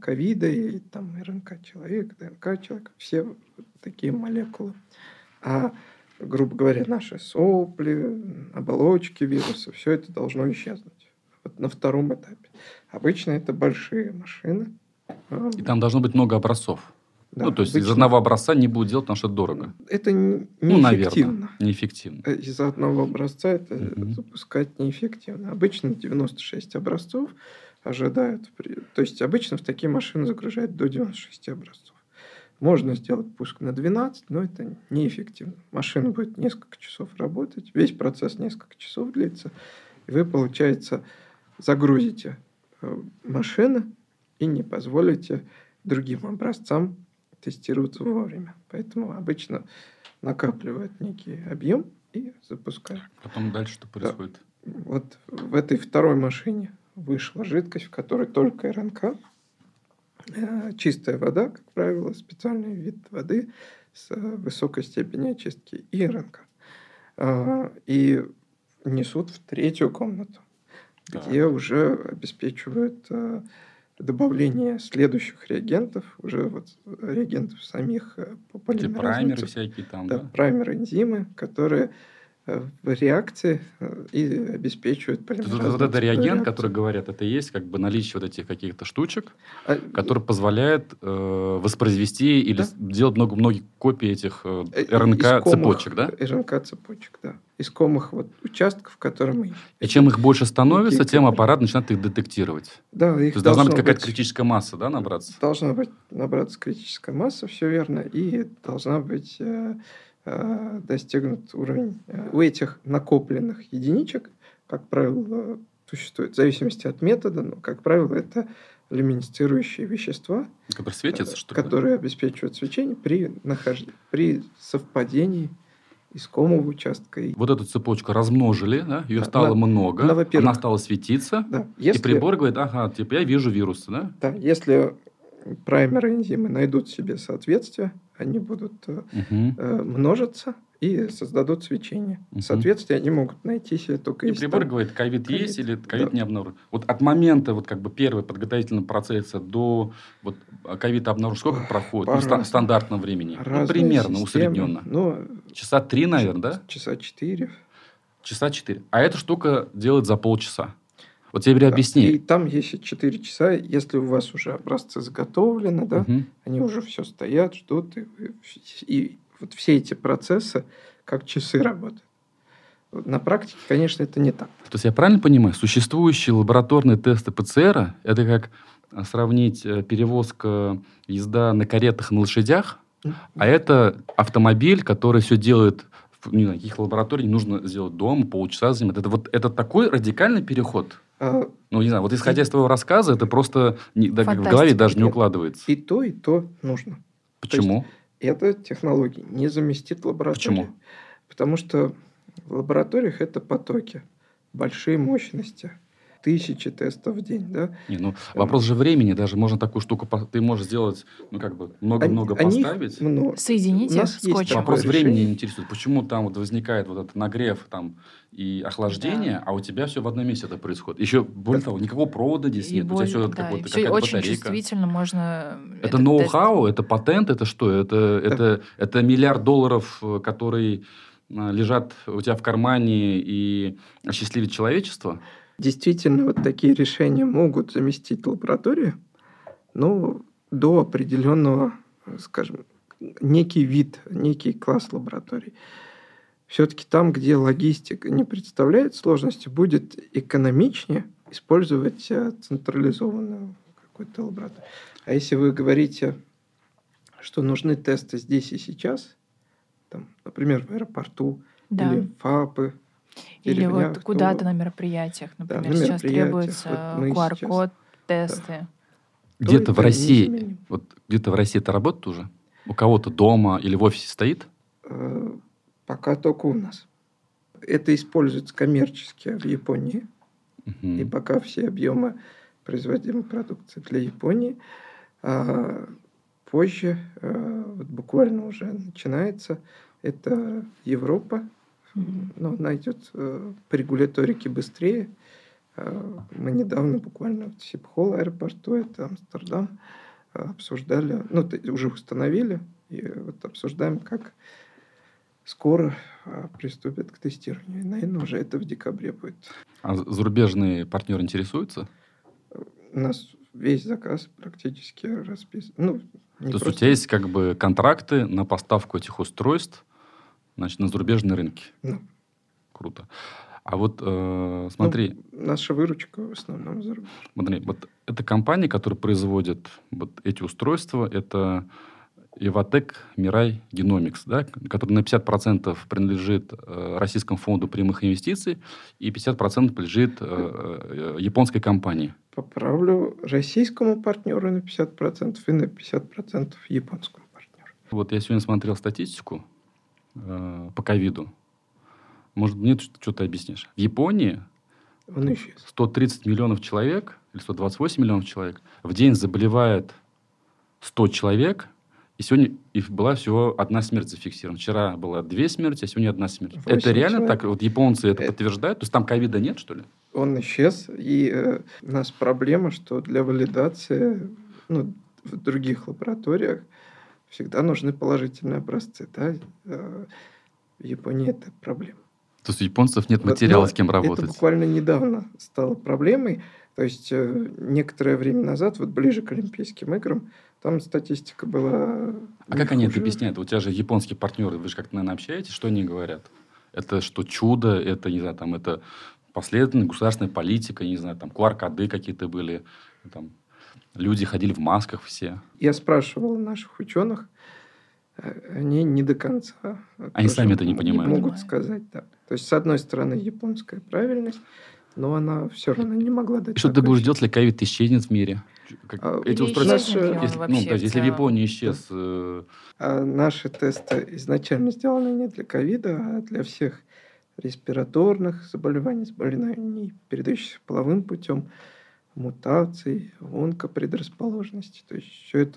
ковида и там РНК человека, ДНК человека, все вот такие молекулы. А, грубо говоря, наши сопли, оболочки вируса, все это должно исчезнуть. Вот на втором этапе. Обычно это большие машины. А,
И там должно быть много образцов.
да,
ну, то есть из
обычно.
одного образца не будет делать, потому что это дорого.
Это н-
Ну, наверное,
неэффективно.
неэффективно.
Э, Из одного образца это
Мгм.
запускать неэффективно. Обычно 96 образцов ожидают. при- То есть обычно в такие машины загружают до 96 образцов. Можно сделать пуск на 12, но это неэффективно. Машина будет несколько часов работать, весь процесс несколько часов длится, и вы, получается, загрузите э, машины и не позволите другим образцам тестироваться вовремя. Поэтому обычно накапливают некий объем и запускают.
Потом дальше что происходит?
Вот в этой второй машине вышла жидкость, в которой только РНК, э, чистая вода, как правило, специальный вид воды с э, высокой степенью очистки и РНК. А, И несут в третью комнату,
Так.
где уже обеспечивают э, добавление следующих реагентов, уже вот э, реагентов самих э, по
Эти
полимеразным
Типа праймеры
цепочкам.
всякие там,
Да,
да?
праймеры энзимы, которые э, в реакции э, и обеспечивают
То есть вот,
полимеразную
вот этот
цепную
реагент,
реакцию.
который говорят, это и есть как бы наличие вот этих каких-то штучек,
А,
который позволяет э, воспроизвести или
Да.
с- делать много многие копий этих э,
э,
РНК
искомых- э,
цепочек, да?
РНК цепочек, да. Искомых вот участков, которые мы...
И чем их больше становится,
Такие
тем
копии.
аппарат начинает их детектировать.
Да,
То
их
есть должна быть
должно
какая-то критическая масса, да, набраться?
Должна быть набраться критическая масса, все верно, и должна быть э, э, достигнут уровень э, у этих накопленных единичек, как правило, существует в зависимости от метода, но, как правило, это люминесцирующие вещества,
Который светится,
э,
что ли?
которые обеспечивают свечение при, нахождении, при совпадении искомого участка. И,
Вот эту цепочку размножили, да? Ее
Да,
стало
на-
много,
на, во-первых.
она стала светиться,
да,
и прибор говорит, ага, типа я вижу вирусы, да?
да, если праймеры энзимы найдут себе соответствие, они будут э,
Мгм.
э, множатся и создадут свечение.
Мгм.
Соответственно, они могут найти себе только
И
если
прибор
там-
говорит, ковид
ковид,
есть или ковид
да.
не обнаружен. Вот от момента вот как бы первого подготовительного процесса до вот а, ковида обнаружен, сколько
Ох,
проходит? Ну, ста-
по-разному.
в стандартном времени. Ну,
разные
примерно,
системы.
усредненно.
Ну,
Часа три, наверное, да?
ч- Часа четыре.
Часа четыре. А эта штука делает за полчаса. Вот тебе Игорь,
Да.
объясни.
И там еще четыре часа, если у вас уже образцы заготовлены, да,
Мгм.
они уже все стоят, ждут. И, и вот все эти процессы как часы работают. Вот На практике, конечно, это не так.
То есть я правильно понимаю, существующие лабораторные тесты ПЦР это как а, сравнить э, перевозка езда на каретах, на лошадях, а это автомобиль, который все делает в не знаю, каких лабораторий нужно сделать дома, полчаса занимает. Это вот это такой радикальный переход.
А,
Ну, не знаю, вот исходя из твоего рассказа, это просто не- да, в
Фантастика.
голове даже не
Нет.
укладывается.
и то, и то нужно.
Почему?
эта технология не заместит лабораторию.
Почему?
Потому что в лабораториях это потоки, большие мощности, тысячи тестов в день. Да?
Не, ну, вопрос же времени. Даже можно такую штуку... по- Ты можешь сделать, ну, как бы, много-много
Они- они их
поставить.
ну,
много. У
Соедините
нас есть
скотчем.
такое
Вопрос
решение.
времени интересует. Почему там вот возникает вот этот нагрев там и охлаждение, а у тебя все в одном месте это происходит. Еще более
Да.
того, никакого провода здесь
И
нет. у
боль-
тебя все
да, и
какая-то
всё очень
батарейка.
чувствительно можно... э,
Это
этот
ноу-хау, это патент, это что? Это, это, это миллиард долларов, э, которые э, лежат у тебя в кармане и осчастливит человечество.
Действительно, вот такие решения могут заместить лабораторию, но до определенного, скажем, некий вид, некий класс лабораторий. Все-таки там, где логистика не представляет сложности, будет экономичнее использовать э, централизованную какую-то лабораторию. А если вы говорите, что нужны тесты здесь и сейчас, там, например, в аэропорту
Да.
или ФАПы,
Или
деревнях,
вот
то-
куда-то на мероприятиях,
Да,
например,
на
сейчас
мероприятиях.
требуется
Вот мы
QR-код, тесты.
то
Где-то в
это
России,
незаменимо.
вот где-то в России это работает уже? У кого-то дома или в офисе стоит?
Э, пока только у нас. Это используется коммерчески в Японии,
Мгм.
и пока все объемы производимой продукции для Японии. А позже, э, вот буквально уже начинается, это Европа,
Мгм.
но она идет Ну, э, по регуляторике быстрее. Э, Мы недавно буквально в Сипхол аэропорту, это Амстердам, э, обсуждали, ну, т- уже установили, и вот обсуждаем, как скоро э, приступят к тестированию. И, наверное, уже это в декабре будет.
А з- зарубежные партнеры интересуются?
У нас весь заказ практически расписан. Ну, не
То есть у
просто-
тебя есть как бы контракты на поставку этих устройств значит, на зарубежные рынки.
Да.
Круто. А вот э,
ну,
смотри,
наша выручка в основном за руб-
смотри, вот эта компания, которая производит вот эти устройства, это Evotec Mirai Genomics, да, к- который на 50% принадлежит э, Российскому фонду прямых инвестиций и 50% принадлежит э, э, японской компании.
Поправлю российскому партнеру на 50% и на 50% японскому партнеру.
Вот я сегодня смотрел статистику э, по ковиду. Может, мне что ты объяснишь? В Японии
Он исчез.
130 миллионов человек или 128 миллионов человек в день заболевает 100 человек, и сегодня и была всего одна смерть зафиксирована. Вчера было две смерти, а сегодня одна смерть.
Восемь
Это реально
человек.
так? Вот японцы это
Э.
подтверждают? То есть там ковида нет, что ли?
он исчез, и э, у нас проблема, что для валидации ну, в других лабораториях всегда нужны положительные образцы. Да? Э, В Японии это проблема.
То есть у японцев нет
Вот,
материала,
но
с кем
Это
работать.
буквально недавно стало проблемой. То есть э, некоторое время назад, вот ближе к Олимпийским играм, там статистика была...
А как они это
хуже.
объясняют? У тебя же японские партнеры, вы же как-то, наверное, общаетесь, что они говорят? Это что чудо, это, не знаю, там, это последовательная государственная политика, не знаю, там, qr какие-то были, там, люди ходили в масках все.
Я спрашивал наших ученых, э, они не до конца. э,
Они
тоже
сами это не понимают.
могут
Понимаю.
сказать, да. То есть, с одной стороны, японская правильность, но она все равно не могла дать.
И что ты
такой
думаешь, ждет ли ковид исчезнет в мире? Ч- как-
А,
эти
Или
устройства-
исчезнет ли он
если, ну,
вообще
то есть,
в
если в
целом?
Японии исчез, э,
А наши тесты изначально сделаны не для ковида, а для всех респираторных заболеваний, заболеваний, передающихся половым путем, мутаций, онкопредрасположенности. То есть все это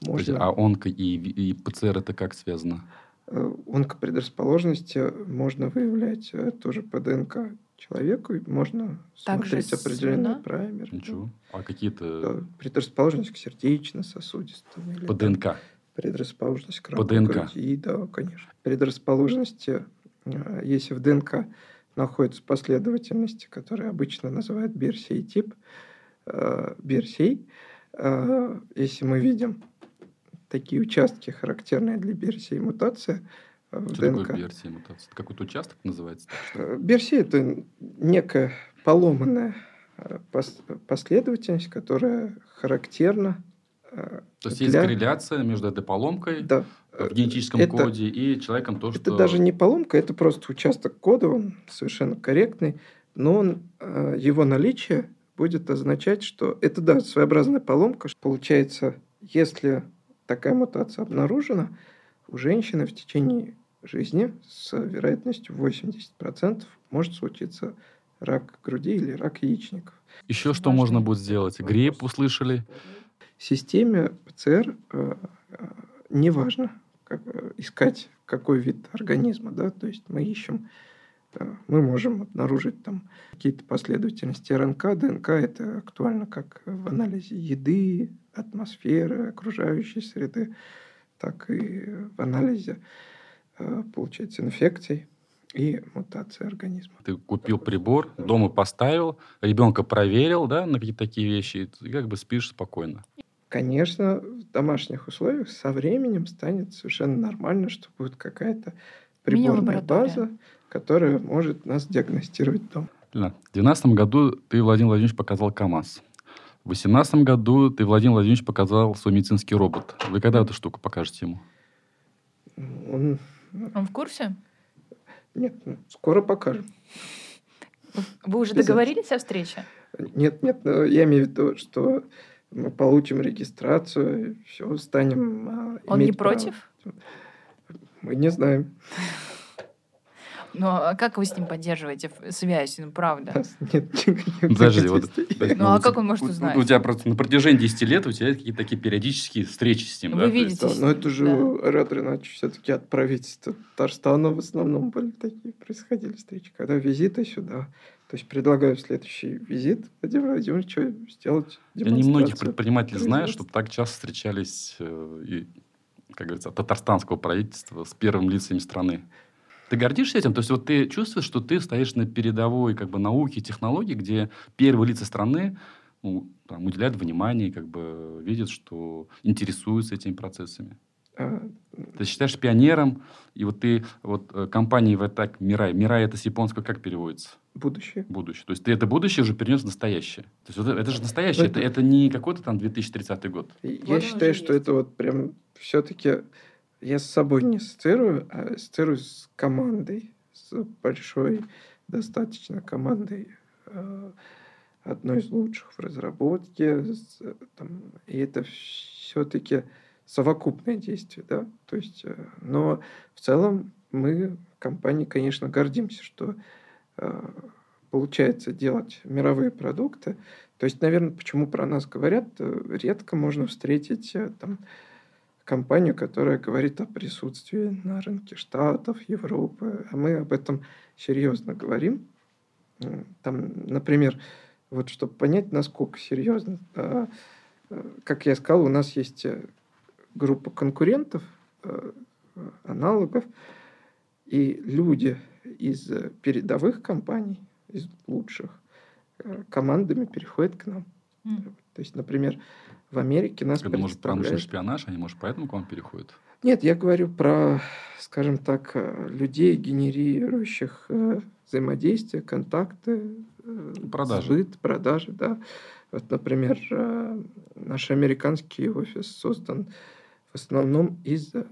то есть,
можно...
а онко и, ви- и ПЦР это как связано?
э, Онкопредрасположенности можно выявлять э, тоже по ДНК человеку, и можно
Также
смотреть
с-
определенный
да?
праймер.
Ничего. А какие-то
Да, предрасположенность к сердечно-сосудистым. или
по
там
ДНК?
предрасположенность к
По
раку
ДНК.
груди, да, конечно. Предрасположенности, э, если в ДНК находятся последовательности, которые обычно называют берсей тип, э, берсей, э, если мы видим такие участки, характерные для берсей мутации э, в
Что
ДНК.
такое биопсия мутации? Это какой-то участок называется?
Э, Берсей – это некая поломанная э, пос- последовательность, которая характерна э,
То есть есть
для-
корреляция между этой поломкой,
да,
в
э,
генетическом
это-
коде и человеком то, что...
Это даже не поломка, это просто участок кода, он совершенно корректный, но он, э, его наличие будет означать, что это, да, своеобразная поломка. что Получается, если такая мутация обнаружена, у женщины в течение жизни с вероятностью 80% может случиться рак груди или рак яичников.
Еще что
Важно.
можно будет сделать? Грипп услышали.
В системе ПЦР э, э, неважно как, э, искать какой вид организма, да, то есть мы ищем, э, мы можем обнаружить там какие-то последовательности РНК, ДНК, это актуально как в анализе еды, атмосферы, окружающей среды, так и в анализе, э, получается, инфекций и мутации организма.
Ты купил прибор, дома поставил, ребенка проверил, да, на какие-то такие вещи, и как бы спишь спокойно.
Конечно, в домашних условиях со временем станет совершенно нормально, что будет какая-то приборная
Мини-лаборатория.
база, которая может нас диагностировать дома.
Лена, В 2012 году ты, Владимир Владимирович, показал КАМАЗ. В 2018 году ты, Владимир Владимирович, показал свой медицинский робот. Вы когда эту штуку покажете ему?
Он...
Он в курсе?
Нет, ну, скоро покажем.
Вы уже
Обязательно.
договорились о встрече?
Нет, нет, но я имею в виду, что мы получим регистрацию, все, станем а,
Он не
иметь право.
против?
Мы не знаем.
Ну, а как вы с ним поддерживаете ф- связь? Ну,
У
правда.
нас нет никаких
Подожди, вот-
доказательств.
Да,
Ну, а
у
как
тебя-
он может
у-
узнать?
У, тебя просто на протяжении 10 лет у тебя есть какие-то такие периодические встречи с ним,
Вы
да? то есть
видите.
Да, но это же
Да.
Ретро иначе все-таки от правительства Татарстана в основном были такие, происходили встречи, когда визиты сюда. То есть предлагаю в следующий визит Владимиру Владимировичу сделать
Я немногих
демонстрацию.
предпринимателей знаю,
производства.
чтобы так часто встречались э, и, как говорится, от татарстанского правительства с первыми лицами страны. Ты гордишься этим? То есть вот ты чувствуешь, что ты стоишь на передовой как бы науки и технологий, где первые лица страны ну, там, уделяют внимание, как бы видят, что интересуются этими процессами.
А,
Ты считаешь пионером, и вот ты вот э, компании вот так Мирай, Мирай это с японского как переводится?
будущее.
будущее. То есть ты это будущее уже перенес в настоящее. То есть вот это, это же настоящее,
Ну,
это, это не какой-то там 2030 год.
И
Вот
я
оно
считаю,
же
что
есть.
это вот прям все-таки я с собой не ассоциирую, а ассоциирую с командой, с большой достаточно командой, э, одной из лучших в разработке. с, э, там, и это все-таки совокупное действие, да. То есть, э, но в целом мы в компании, конечно, гордимся, что э, получается делать мировые продукты, то есть, наверное, почему про нас говорят, э, редко можно встретить э, там компанию, которая говорит о присутствии на рынке Штатов, Европы. А мы об этом серьезно говорим. Там, например, вот чтобы понять, насколько серьезно, э, как я сказал, у нас есть э, группа конкурентов, э, аналогов, и люди из э, передовых компаний, из лучших, э, командами переходят к нам.
М.
То есть, например, в Америке нас
Это, может, промышленный
представляют-
шпионаж, они, может, поэтому к вам переходят?
Нет, я говорю про, скажем так, э, людей, генерирующих э, взаимодействие, контакты, э,
Продажи.
сбыт, продажи, да. Вот, например, э, наш американский офис создан в основном из э,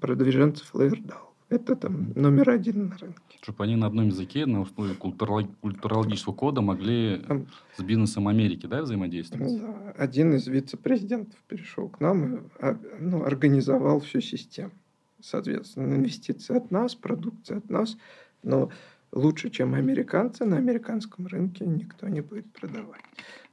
продвиженцев Лаердал. Это там номер один на рынке.
Чтобы они на одном языке, на основе культуролог- культурологического кода могли
Там- Ну,
с бизнесом Америки да, взаимодействовать?
Да, один из вице-президентов перешел к нам и а, ну, организовал всю систему. Соответственно, инвестиции от нас, продукция от нас, но лучше, чем американцы, на американском рынке никто не будет продавать.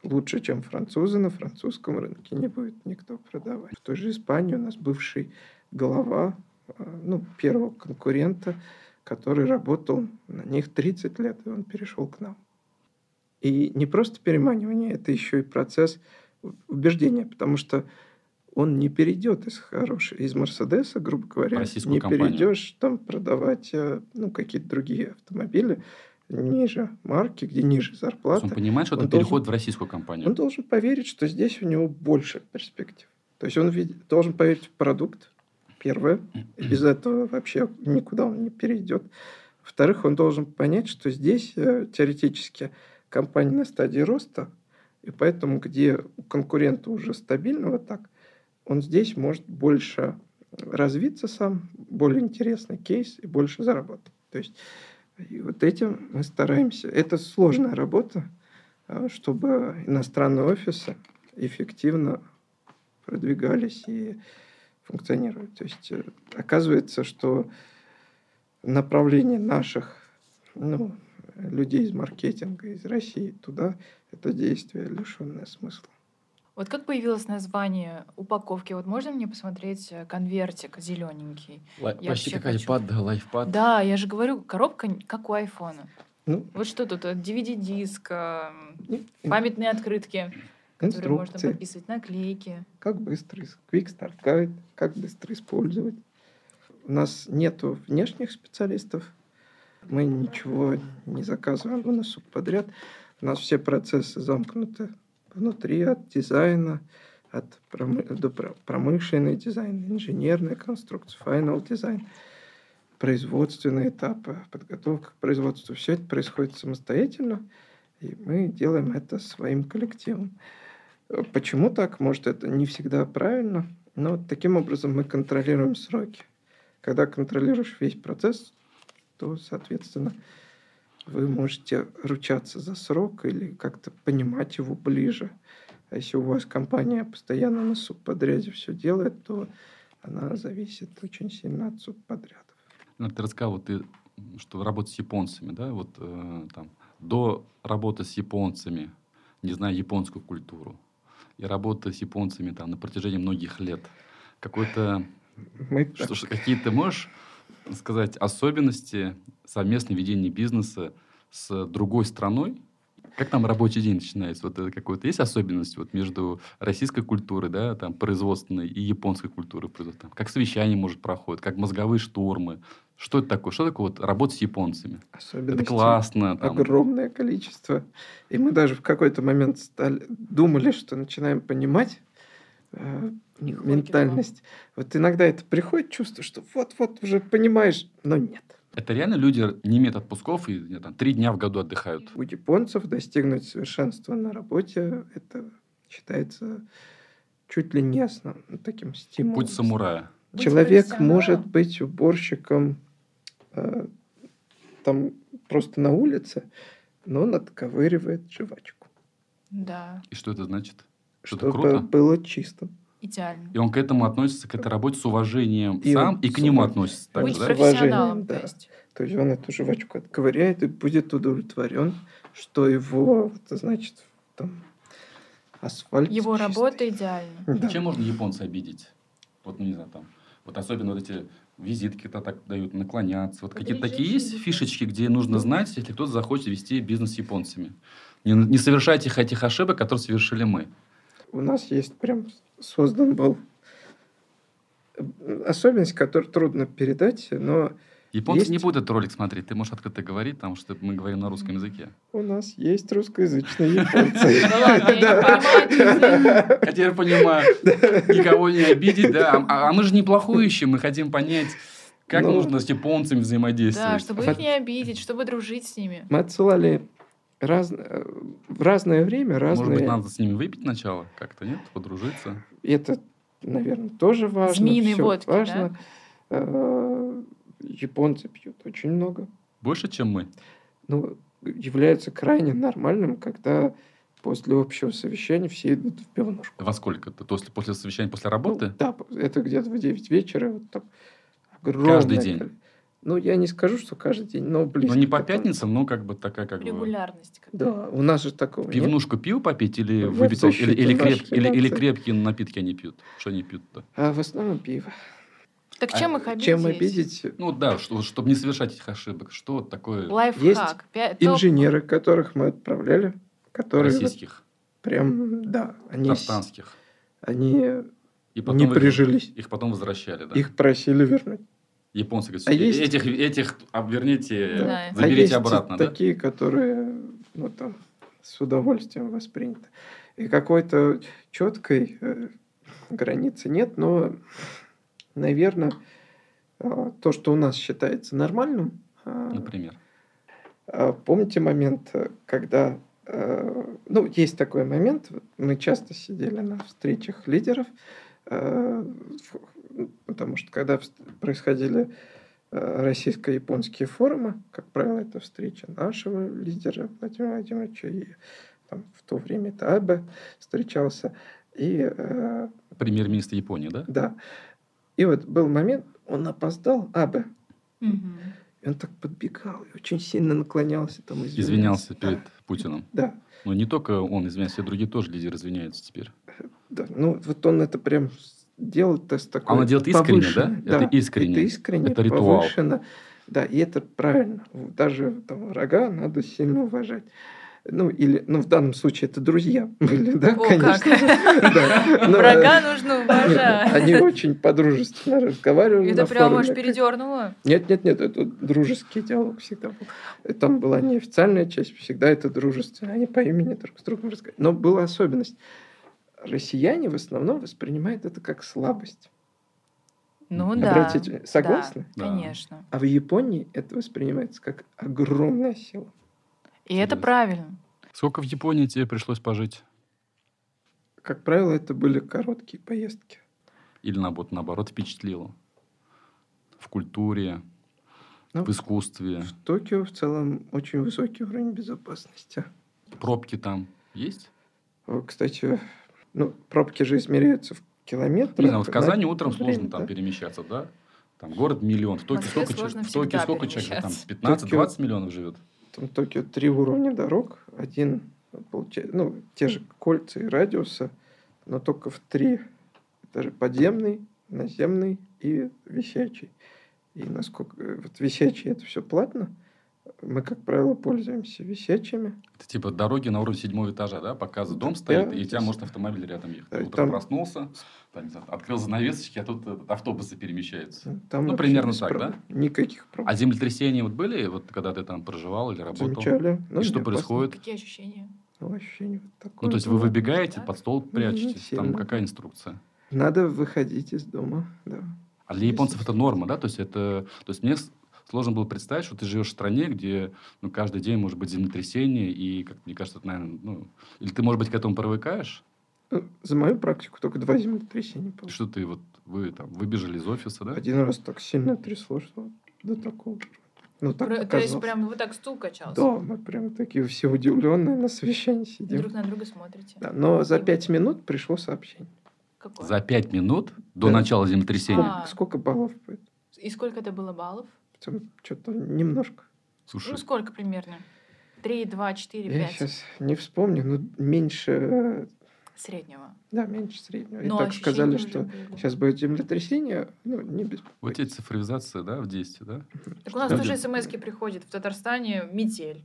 Лучше, чем французы, на французском рынке не будет никто продавать. В той же Испании у нас бывший глава э, ну, первого конкурента, который работал на них 30 лет, и он перешел к нам. И не просто переманивание, это еще и процесс у- убеждения, потому что он не перейдет из хорошей, из Мерседеса, грубо говоря,
Российскую
не
компанию.
перейдешь там продавать э, ну, какие-то другие автомобили ниже марки, где ниже
То есть он
зарплата.
понимает, что
он
это
должен-
переход в российскую компанию.
Он должен поверить, что здесь у него больше перспектив. То есть он вид- должен поверить в продукт, первое. И Без этого вообще никуда он не перейдет. Во-вторых, он должен понять, что здесь э, теоретически компания на стадии роста, и поэтому, где у конкурента уже стабильного так, он здесь может больше развиться сам, более интересный кейс и больше заработать. То есть и вот этим мы стараемся. Это сложная работа, а, чтобы иностранные офисы эффективно продвигались и функционировали. То есть э, оказывается, что направление наших ну, людей из маркетинга из России туда это действие лишенное смысла.
Вот как появилось название упаковки? Вот можно мне посмотреть э, конвертик зелененький?
Лай-
Я
Почти
вообще
как
хочу.
iPad, да, лайфпад.
Да, я же говорю, коробка н- как у айфона.
Ну,
Вот что тут? э, DVD-диск, э,
и- и
памятные открытки, которые можно
инструкции,
подписывать, наклейки.
как быстро из- Quick Start Guide, как быстро использовать. У нас нету внешних специалистов, мы ничего не заказываем у нас подряд. У нас все процессы замкнуты внутри от дизайна, от промы- до про- промышленный дизайн, инженерная конструкция, final дизайн, производственные этапы, подготовка к производству. Все это происходит самостоятельно, и мы делаем это своим коллективом. Э, Почему так? Может, это не всегда правильно, но таким образом мы контролируем сроки. Когда контролируешь весь процесс, то, соответственно, вы можете ручаться за срок или как-то понимать его ближе. А если у вас компания постоянно на субподряде все делает, то она зависит очень сильно от субподрядов.
Ну, Ты рассказал, вот ты, м, что работа с японцами, да, вот э, там, до работы с японцами, не знаю японскую культуру, и работа с японцами там на протяжении многих лет, какой-то,
Мы
что,
так-
ж, какие ты можешь сказать особенности совместного ведения бизнеса с другой страной? Как там рабочий день начинается? Вот это какой-то есть особенность вот между российской культурой, да, там производственной и японской культурой производственной? Там, Как совещание может проходит, как мозговые штурмы? Что это такое? Что такое вот работа с японцами?
особенности
Это классно. Там.
огромное количество. И мы даже в какой-то момент стали, думали, что начинаем понимать э,
Их
ментальность. Вот иногда это приходит чувство, что вот-вот уже понимаешь, но нет.
Это реально люди не имеют отпусков и не знаю, там, три дня в году отдыхают.
У японцев достигнуть совершенства на работе это считается чуть ли не основным таким стимулом.
Путь самурая.
Быть
Человек
профессионалом.
может быть уборщиком э, там просто на улице, но он отковыривает жвачку,
Да,
И что это значит? Что-то
чтобы
круто.
было чисто.
идеально.
И он к этому относится, к этой работе с уважением
И
сам,
он
и к
с
нему
уважением.
относится так
Быть
же, да?
профи- уважением,
профессионалом,
да.
то есть.
То есть он эту жвачку отковыряет и будет удовлетворен, что его, вот, значит, там асфальт
Его
чистый.
работа идеальна.
Да.
Чем можно японца обидеть? Вот, ну, не знаю, там, Вот особенно вот эти визитки-то так дают, наклоняться. Вот
Это
какие-то такие
лежачие
есть
визитки.
фишечки, где нужно знать, если кто-то захочет вести бизнес с японцами. Не, не совершайте их- этих ошибок, которые совершили мы.
У нас есть прям создан был э, особенность, которую трудно передать, но
Японцы
Есть?
не будут этот ролик смотреть. Ты можешь открыто говорить, потому что мы говорим на русском языке.
у нас есть русскоязычные японцы.
Ну ладно, я не понимаю, честно.
А
Я теперь понимаю, никого не обидеть, да. А, а мы же неплохое ищем, мы хотим понять, как
Ну.
нужно с японцами взаимодействовать.
Да, чтобы их не обидеть, чтобы дружить с ними.
Мы отсылали раз- э, в разное время
Может быть,
разные...
надо с ними выпить сначала как-то, нет? Подружиться.
Это, наверное, тоже важно.
Змеиной
всё
водки, да?
важно. Э, Японцы пьют очень много.
Больше, чем мы.
Ну, является крайне нормальным, когда после общего совещания все идут в пивнушку.
Во сколько? То после, после совещания, после
Ну,
работы?
да, это где-то в 9 вечера. Вот там огромное
Каждый день?
количе- Ну, я не скажу, что каждый день, но близко.
Ну, не
к
по
этому.
пятницам, но как бы такая как бы...
Регулярность. какая-то.
Да, у нас же такого нет.
Пивнушку пиво попить или
Ну,
выпить
за
алк- или,
счет
или,
нашей
креп- или- или
финансов.
крепкие напитки они пьют? Что они пьют-то?
А в основном пиво.
Так
А
чем их обидеть?
Чем обидеть
Ну да, что- чтобы не совершать этих ошибок. Что вот такое
Лайфхак. Пя- топ-
инженеры, которых мы отправляли, которые вот
российских,
прям, да, они, с-
татарских?
они
И
не
их-
прижились.
Их потом возвращали, да?
Их просили вернуть.
Японцы говорят,
А
«Э-
есть-
этих, этих обверните,
Да.
э,
А
А есть
заберите обратно, да?
такие, которые ну, там, с удовольствием восприняты. И какой-то четкой э, границы нет, но, наверное, то, что у нас считается нормальным, э,
Например.
А Помните момент, э, когда... э, Ну, есть такой момент. вот Мы часто сидели на встречах лидеров, э, в- потому что когда вст- происходили э, российско-японские форумы, как правило, это встреча нашего лидера Владимира Владимировича, и там, в то время это Абе встречался, и э,
Премьер-министр Японии, да?
да. И вот был момент, он опоздал, Абе,
Мгм.
и он так подбегал, и очень сильно наклонялся, там
Извинялся перед Путиным.
Да,
Но Ну, не только он извиняется, все другие тоже лидеры извиняются теперь.
Да, ну вот он это прям делал тест такой.
он делает искренне,
повышенный,
да? Это искренне.
Это искренне,
Это ритуал.
повышенно. Да, и это правильно. Даже там, врага надо сильно уважать. Ну, или, ну, в данном случае это друзья были, да,
О,
конечно.
как.
же. Да. Но,
Врага нужно
Ну, э, Они
уважать.
очень подружественно разговаривали.
Это
на
прям
форуме.
аж передернуло.
Нет, нет, нет, это дружеский диалог всегда был. Там была неофициальная часть, всегда это дружественная. Они по имени друг с другом разговаривали. Но была особенность. Россияне в основном воспринимают это как слабость.
Ну
Мгм.
да.
Обратите внимание. согласны?
Да,
Да.
Конечно.
А в Японии это воспринимается как огромная сила.
И это
Интересно.
правильно.
Сколько в Японии тебе пришлось пожить?
Как правило, это были короткие поездки.
Или наоборот, наоборот впечатлило? В культуре,
Ну,
в искусстве,
В Токио в целом очень высокий уровень безопасности.
пробки там есть?
Э, Кстати, ну, пробки же измеряются в километрах.
Не знаю, вот в
на
Казани утром сложно
время,
там
да.
перемещаться, да? Там город миллион. В Токио
Москве
сколько, человек-
сложно
в Токио
всегда
сколько человек? Там
перемещаться.
15-20 миллионов живет.
Там Токио три уровня дорог. Один, получается, ну, те же кольца и радиусы, но только в три. Это же подземный, наземный и висячий. И насколько... э, Вот висячий это все платно. Мы, как правило, пользуемся висячими.
Это типа дороги на уровне седьмого этажа, да? Пока за дом
Да,
стоит,
то
и у тебя
есть-
может автомобиль рядом ехать. Ты
Да, и
утром
там-
проснулся, там, не знаю, открыл занавесочки, а тут э, автобусы перемещаются.
Там
Ну,
вообще
примерно
без
так,
проблем.
да?
Никаких
А
проблем.
землетрясения вот были, вот когда ты там проживал или работал?
Замечали. Ну,
И что
не опасно.
происходит?
Какие ощущения?
Ну, ощущение вот такое
Ну, то есть вы
было.
выбегаете,
Так?
под стол прячетесь. Там
сильно.
какая инструкция?
Надо выходить из дома, да.
А для японцев это норма, да? То есть это, то есть мне с- сложно было представить, что ты живешь в стране, где ну, каждый день может быть землетрясение, и, как мне кажется, это, наверное, ну, или ты, может быть, к этому привыкаешь,
Ну, За мою практику только два землетрясения было.
что ты вот вы там выбежали из офиса, да?
Один раз так сильно трясло, что до такого. Ну, так
Про- То
показалось.
есть прям вот так стул качался.
Да, мы прям такие все удивленные на совещании
И
сидим.
Друг на друга смотрите.
Да, но за пять минут пришло сообщение.
Какое?
За пять минут до
Да.
начала землетрясения.
А.
Сколько баллов будет?
И сколько это было баллов?
Что-то немножко.
Слушай,
Ну, сколько примерно? Три, два, четыре,
Я
пять.
сейчас не вспомню, но меньше э,
Среднего.
Да, меньше среднего. И
Но
так сказали,
ощущение
что
Ну, а уже было.
сейчас будет землетрясение, ну, не
Вот
беспокойтесь.
эти цифровизация, да, в действии, да?
Так у нас
Да.
тоже смс приходят. В Татарстане метель.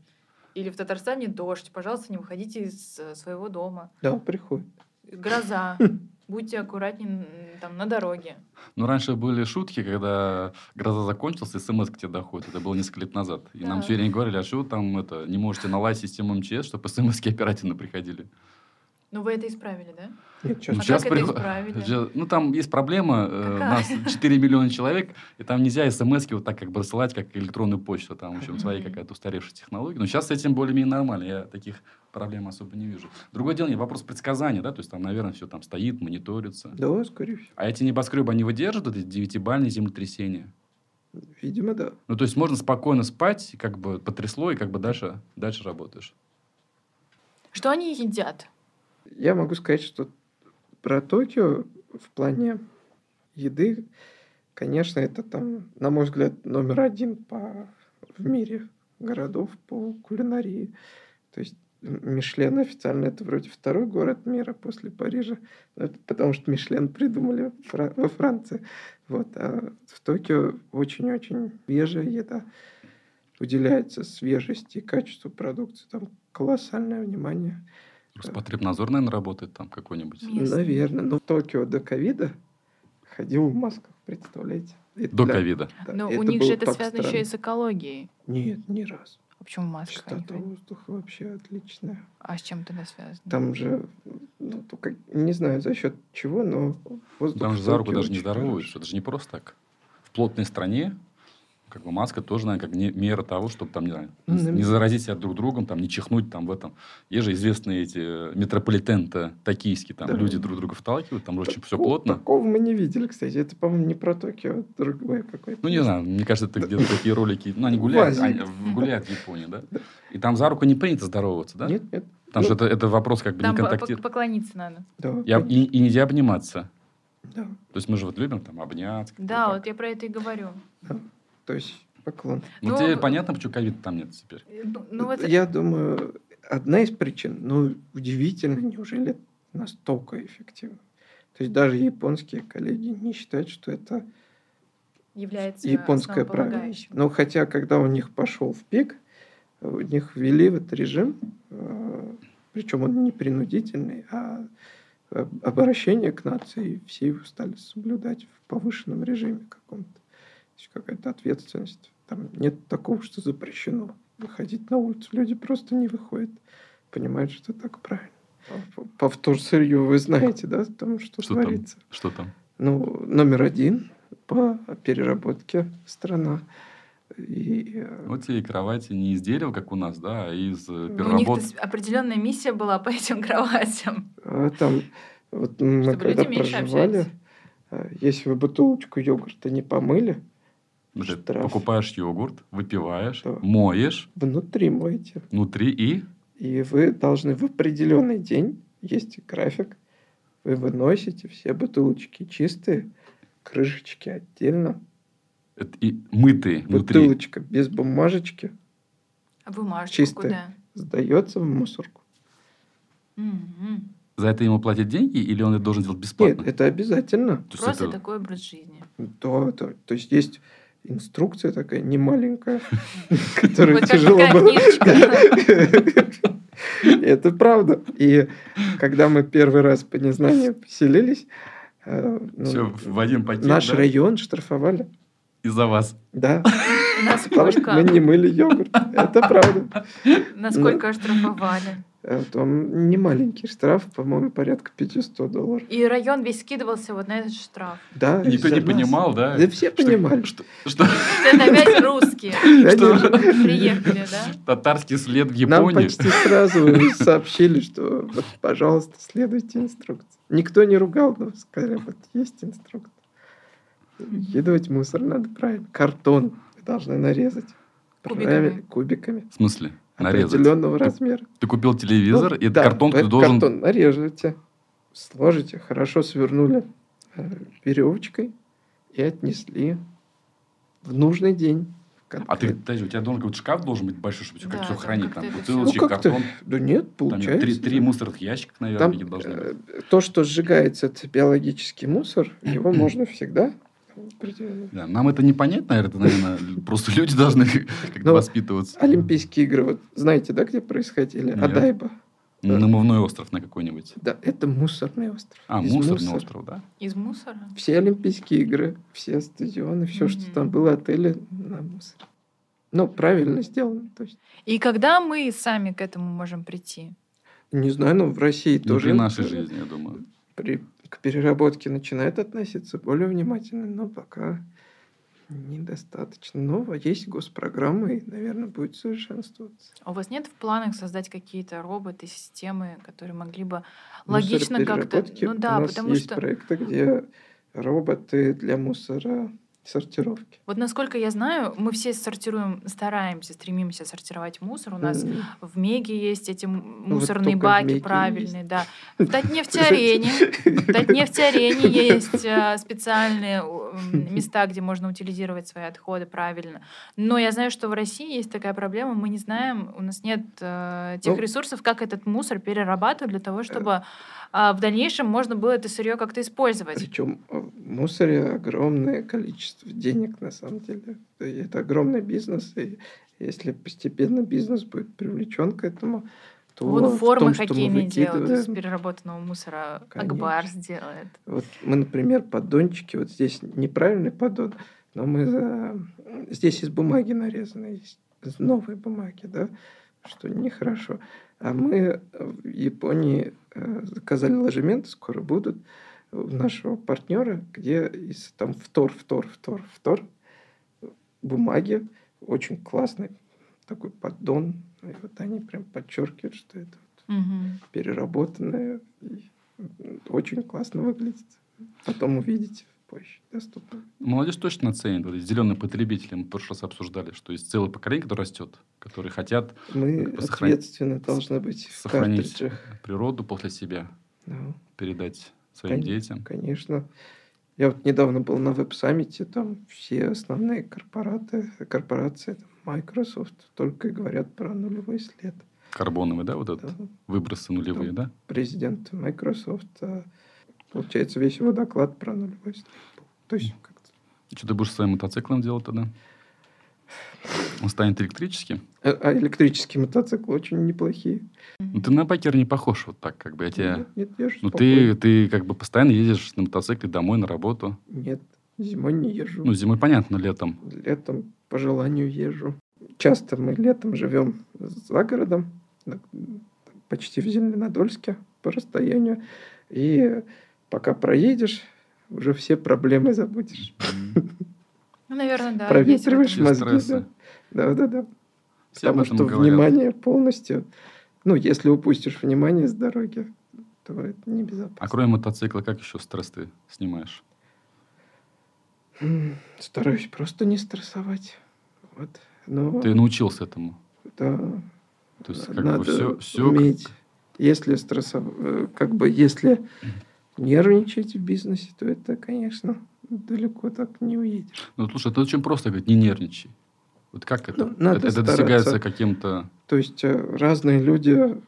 Или в Татарстане дождь. Пожалуйста, не выходите из э, своего дома.
Да, приходит.
Гроза. Будьте аккуратнее м, там на дороге.
Но Ну, раньше были шутки, когда гроза закончилась, и смс к тебе доходит. Это было несколько лет назад. И нам
Да.
все время говорили, а что вы там это, не можете наладить систему МЧС, чтобы смс оперативно приходили.
Но Ну, вы это исправили, да?
Нет,
А
честно,
щас
как это
при-
исправили?
щас- Ну, там есть проблема. э,
Какая?
нас 4 миллиона человек, и там нельзя смс вот так как бы рассылать, как электронную почту. Там, в общем, своя
Мгм.
какая-то устаревшая технология. Но сейчас с этим более-менее нормально. Я таких проблем особо не вижу. Другое дело, нет, вопрос предсказания, да? То есть там, наверное, все там стоит, мониторится.
Да, скорее всего.
А эти небоскребы, они выдержат эти девятибальные землетрясения?
Видимо, да.
Ну, то есть можно спокойно спать, как бы потрясло, и как бы дальше, дальше работаешь.
Что они едят?
Я могу сказать, что про Токио в плане еды, конечно, это там, на мой взгляд, номер один по, в мире городов по кулинарии. То есть М- Мишлен официально это вроде второй город мира после Парижа, но это потому что Мишлен придумали фра- во Франции. Вот, а в Токио очень-очень свежая еда уделяется свежести и качеству продукции. Там колоссальное внимание.
Роспотребнадзор, наверное, работает там какой-нибудь.
Мгм. Ясно.
Наверное. Но в Токио до ковида ходил в масках, представляете? Это
До
для-
ковида.
да,
Но Ну, у
это
них
было
же это
так
связано еще и
странно.
с экологией.
Нет, ни разу.
А почему маска?
Частота воздуха вообще отличная.
А с чем тогда связано?
Там же, ну, только не знаю за счет чего, но воздух...
Там
в
же за руку
Токио
даже не
очень
здороваются.
хороший.
Это же не просто так. В плотной стране как бы маска тоже, наверное, как не- мера того, чтобы там, не, знаю,
Ну,
не с-
наверное.
не заразить себя друг другом, там, не чихнуть там в этом. Есть же известные эти э, метрополитен-то токийские, там
Да.
люди друг друга вталкивают, там же очень все
Тако-
плотно.
Такого мы не видели, кстати. Это, по-моему, не про Токио, а другое какое-то.
Ну, не знаю, мне кажется, это
Да.
где-то такие ролики. Ну, они гуляют,
В
они
Азии.
в- гуляют в Японии, да? И там за руку не принято здороваться, да?
Нет, нет.
Потому что
Ну,
это, это вопрос как бы
Там
не
по- по-
контакти-
поклониться надо.
Да,
И, об- и- и нельзя обниматься.
да,
То есть мы же вот любим там обняться. как-то
Да,
так.
вот я про это и говорю.
то есть поклон.
Ну,
Ну,
теперь
в-
понятно, почему ковид там нет теперь.
Э, Ну, ну вот
Я думаю, одна из причин, ну, удивительно, неужели это настолько эффективно? То есть даже японские коллеги не считают, что это
является
японское правило.
основополагающим.
Но хотя, когда у них пошел в пик, э, у них ввели в этот режим, причем он не принудительный, а об- обращение к нации, и все его стали соблюдать в повышенном режиме каком-то. То есть какая-то ответственность. Там нет такого, что запрещено выходить на улицу. Люди просто не выходят. Понимают, что так правильно. А по- По вторсырью вы знаете, да, о том, что,
Что там?
творится.
Что там?
Ну, номер один по переработке страна. И, э,
Вот тебе и кровати не из дерева, как у нас, да, а из э,
Ну, У них
переработ...
определенная миссия была по этим кроватям.
а там, вот мы
Чтобы
когда
люди меньше
проживали,
общались.
э, если вы бутылочку йогурта не помыли,
Ну, ты
штраф.
Покупаешь йогурт, выпиваешь,
Да.
моешь
внутри мойте.
внутри и...
И вы должны в определенный день, есть график, вы выносите все бутылочки чистые, крышечки отдельно,
это и мытые внутри.
бутылочка без бумажечки
А бумажку
Чистая.
куда?
сдается в мусорку.
Мгм.
За это ему платят деньги или он это должен делать бесплатно?
Нет, это обязательно.
То есть
Просто
это-
такой образ жизни.
Да, да. То есть есть инструкция такая немаленькая, которую
Вот как
тяжело
такая
было.
книжечка.
Это правда. И когда мы первый раз по незнанию поселились, э, ну,
Всё в один пакет,
наш
да?
район штрафовали.
Из-за вас.
Да,
И Нас
потому что мы
сколько,
не мыли йогурт. Это правда. ну.
насколько оштрафовали.
Э, Там немаленький штраф, по-моему, порядка 500 долларов.
И район весь скидывался вот на этот штраф.
Да,
Никто
из-за
не
нас.
понимал, да?
Да все
Что-
понимали.
Что, что-
Это опять русские
Конечно.
что
приехали, да?
татарский след в
Нам
Японии.
почти сразу сообщили, что, вот, пожалуйста, следуйте инструкции. Никто не ругал, но сказали, вот есть инструкция. Едывать мусор надо правильно. Картон вы должны нарезать.
Кубиками.
Правильно, кубиками.
В смысле? Нарезать.
Определенного
Ты-
размера.
Ты купил телевизор,
Ну,
и этот
да,
картон ты
этот
должен...
Картон нарежете, сложите, хорошо свернули э, веревочкой и отнесли в нужный день в конкретно.
А ты, подожди, у тебя должен какой-то шкаф должен быть большой, чтобы все
Да,
как все
там
хранить.
как-то
Там
это всё.
бутылочек,
ну, как-то,
картон.
да нет,
Там нет,
получается.
три, три мусорных ящика, наверное,
Там,
где-то должны быть.
э, то, что сжигается, это биологический мусор, его можно всегда определенно.
Да, нам это не понять, наверное, это, наверное, просто люди должны как-то
Ну,
воспитываться.
Олимпийские игры, вот знаете, да, где происходили?
Нет.
Адайба. да.
Намывной остров на какой-нибудь.
Да, это мусорный остров.
А,
Из
мусорный
мусора.
остров, да?
Из мусора?
Все Олимпийские игры, все стадионы, все, что
Мгм.
там было, отели на мусоре. Ну, правильно сделано. То есть,
И когда мы сами к этому можем прийти?
не знаю, но в России
Ну,
тоже
При нашей
тоже
жизни, я думаю.
при- к переработке начинают относиться более внимательно, но пока недостаточно. Но есть госпрограммы, и, наверное, будет совершенствоваться.
А у вас нет в планах создать какие-то роботы, системы, которые могли бы
Ну,
логично как-то...
Мусоропереработки.
Ну да,
У нас
потому
есть
что...
проекты, где роботы для мусора сортировки.
Вот насколько я знаю, мы все сортируем, стараемся, стремимся сортировать мусор. У нас
М.
в Меге есть эти м-
Ну, вот
мусорные
только в
баки
Меге
правильные, да. В Татнефтеарене, в Татнефтеарене есть э, специальные э, м, места, где можно утилизировать свои отходы правильно. Но я знаю, что в России есть такая проблема, мы не знаем, у нас нет э, тех
Ну.
ресурсов, как этот мусор перерабатывать для того, чтобы э, в дальнейшем можно было это сырье как-то использовать.
Причем в мусоре огромное количество денег, на самом деле. И Это огромный бизнес, и если постепенно бизнес будет привлечен к этому, то
Вон
в
формы
том, что мы
хоккейные делают из
выкидываем-
переработанного мусора.
Конечно.
Акбарс делает.
Вот мы, например, поддончики, вот здесь неправильный поддон, но мы за- здесь из бумаги нарезаны, из- из новой бумаги, да, что нехорошо. А мы в Японии э, заказали ложементы, скоро будут, у нашего партнера, где из, там втор, втор, втор, втор бумаги, очень классный такой поддон. И вот они прям подчеркивают, что это вот
Мгм.
переработанная. и очень классно выглядит. Потом увидите позже. Доступно.
Молодежь точно оценит. Вот зеленые потребители, мы в прошлый раз обсуждали, что есть целое поколение, которое растет, которые хотят
Мы
Как бы сохран-
ответственно должны быть в
сохранить.
картриджах.
природу после себя
Ну,
передать своим
Кон-
детям.
конечно. Я вот недавно был на веб-саммите, там все основные корпораты, корпорации, там, Microsoft, только и говорят про нулевой след.
Карбоновый, да, вот этот?
Да.
Выбросы нулевые, да?
Президент Microsoft, а, получается, весь его доклад про нулевой след. был. То есть, как-то...
Что ты будешь со своим мотоциклом делать тогда? Он станет электрическим?
А- а электрические мотоциклы очень неплохие.
Ну, ты на байкера не похож вот так, как бы я тебя...
Нет, нет, езжу
Ну, ты,
спокойно.
ты как бы постоянно едешь на мотоцикле домой, на работу.
Нет, зимой не езжу.
Ну, зимой, понятно, летом.
Летом по желанию езжу. Часто мы летом живем за городом, на- почти в Зеленодольске по расстоянию. И пока проедешь, уже все проблемы забудешь.
Ну, наверное, да.
Проветриваешь
есть в этом
Все
Мозги,
стрессы.
да. Да-да-да.
Все об
Потому
этом
что
говорят.
внимание полностью... Ну, если упустишь внимание с дороги, то это
А
небезопасно.
кроме мотоцикла, как еще стресс ты снимаешь? А
М, Стараюсь просто не стрессовать. Вот. Но,
Ты научился этому.
да,
То есть, как
Ну, Надо
бы все, все
уметь. Если стрессов... э, как бы если нервничать в бизнесе, то это, конечно, далеко так не уедешь.
Ну, слушай, это очень просто говорить, не нервничай. Вот как это?
Ну, надо
это, это
стараться.
достигается каким-то...
То есть э, разные люди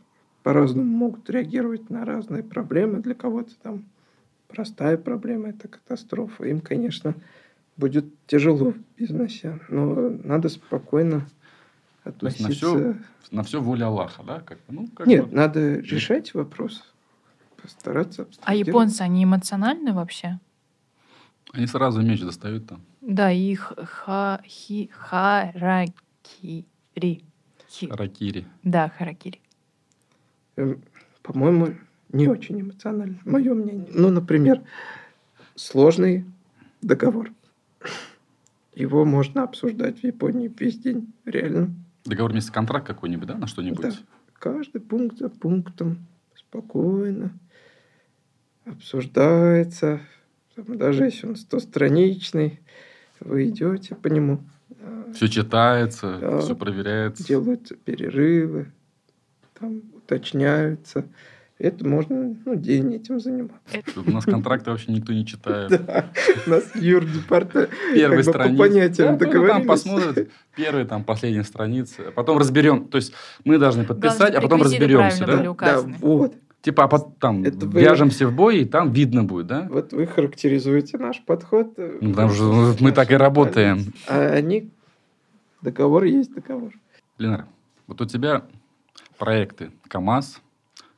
по-разному могут реагировать на разные проблемы. Для кого-то там простая проблема – это катастрофа. Им, конечно, будет тяжело в бизнесе, но надо спокойно
То есть на
относиться.
всё На все воля Аллаха, да? Как, бы, ну, как
Нет,
бы.
надо решать вопрос, постараться
А
абстрагироваться.
японцы, они эмоциональны вообще?
Они сразу меч достают там.
Да, и их ха хи харакири. Хи-
Ракири.
Да, харакири.
Эм, по-моему, не очень эмоционально. Мое мнение. Ну, например, сложный договор. Его можно обсуждать в Японии весь день, реально.
Договор вместе контракт какой-нибудь, да, на что-нибудь?
Да. Каждый пункт за пунктом спокойно обсуждается. Там даже если он стостраничный, вы идете по нему. А,
Все читается,
Да.
все проверяется.
делаются перерывы, там уточняются Это можно ну, день этим заниматься.
У нас контракты вообще никто не читает.
Да, у нас юрдепартамент
Первой
как бы по
страницы.
понятиям
Да, ну,
договорились.
Там посмотрят первые, там, последние страницы. а Потом разберем. То есть мы должны подписать, а потом
реквизиты
разберемся,
правильно
да?
были
Да,
указаны.
вот.
Типа, а потом там
Это вы-
вяжемся в бой, и там видно будет, да?
Вот вы характеризуете наш подход. э,
Ну, потому что мы так и работаем.
А они... Договор есть договор.
Ленар, вот у тебя проекты КАМАЗ,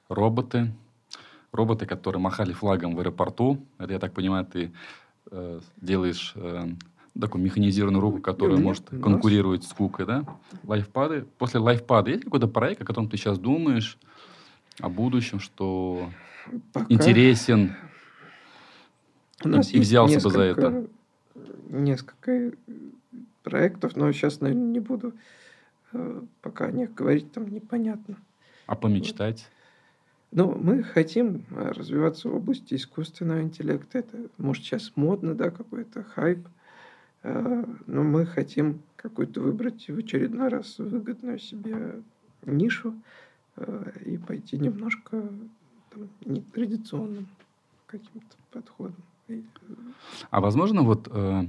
роботы, роботы, которые махали флагом в аэропорту. Это, я так понимаю, ты э, делаешь э, такую механизированную руку, которая
Нет,
может
у нас-
конкурировать с кукой, да? Лайфпады. После лайфпада есть какой-то проект, о котором ты сейчас думаешь, о будущем, что
Пока
интересен?
у нас
и
есть
взялся бы за
несколько- Несколько э, проектов, но сейчас, наверное, не буду э, пока о них говорить, там непонятно.
А помечтать?
Но Ну, мы хотим э, развиваться в области искусственного интеллекта. Это, может, сейчас модно, да, какой-то хайп. Э, Но мы хотим какую-то выбрать в очередной раз выгодную себе нишу э, и пойти немножко там, нетрадиционным каким-то подходом. И, э,
А возможно, вот э,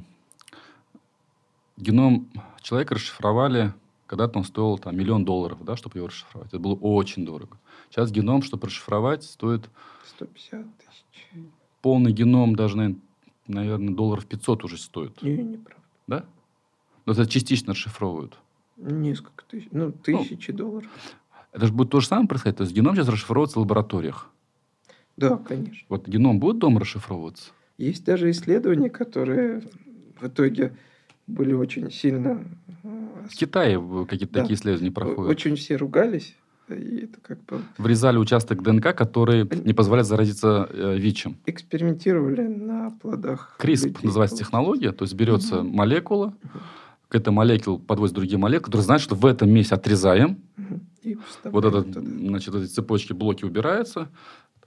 геном человека расшифровали, когда-то он стоил там, миллион долларов, да, чтобы его расшифровать. Это было очень дорого. Сейчас геном, чтобы расшифровать, стоит
150 тысяч.
полный геном даже, наверно, наверное, долларов 500 уже стоит.
Не, неправда.
Да? Но это частично расшифровывают.
Несколько тысяч. Ну, тысячи долларов.
Это же будет то же самое происходить. То есть геном сейчас расшифровывается в лабораториях.
Да, конечно.
Вот геном будет дома расшифровываться?
Есть даже исследования, которые в итоге были очень сильно... э,
В Китае э, какие-то
Да.
такие исследования
о-
проходят.
Очень все ругались. И это как бы
Врезали участок ДНК, который не позволяет заразиться э, ВИЧем.
экспериментировали на плодах.
CRISP
людей.
называется технология, то есть берется
Мгм.
молекула, к этой молекуле подводятся другие молекулы, которые знают, что в этом месте отрезаем,
Мгм. И
вот
вставляют
этот,
туда.
значит, эти цепочки, блоки убираются,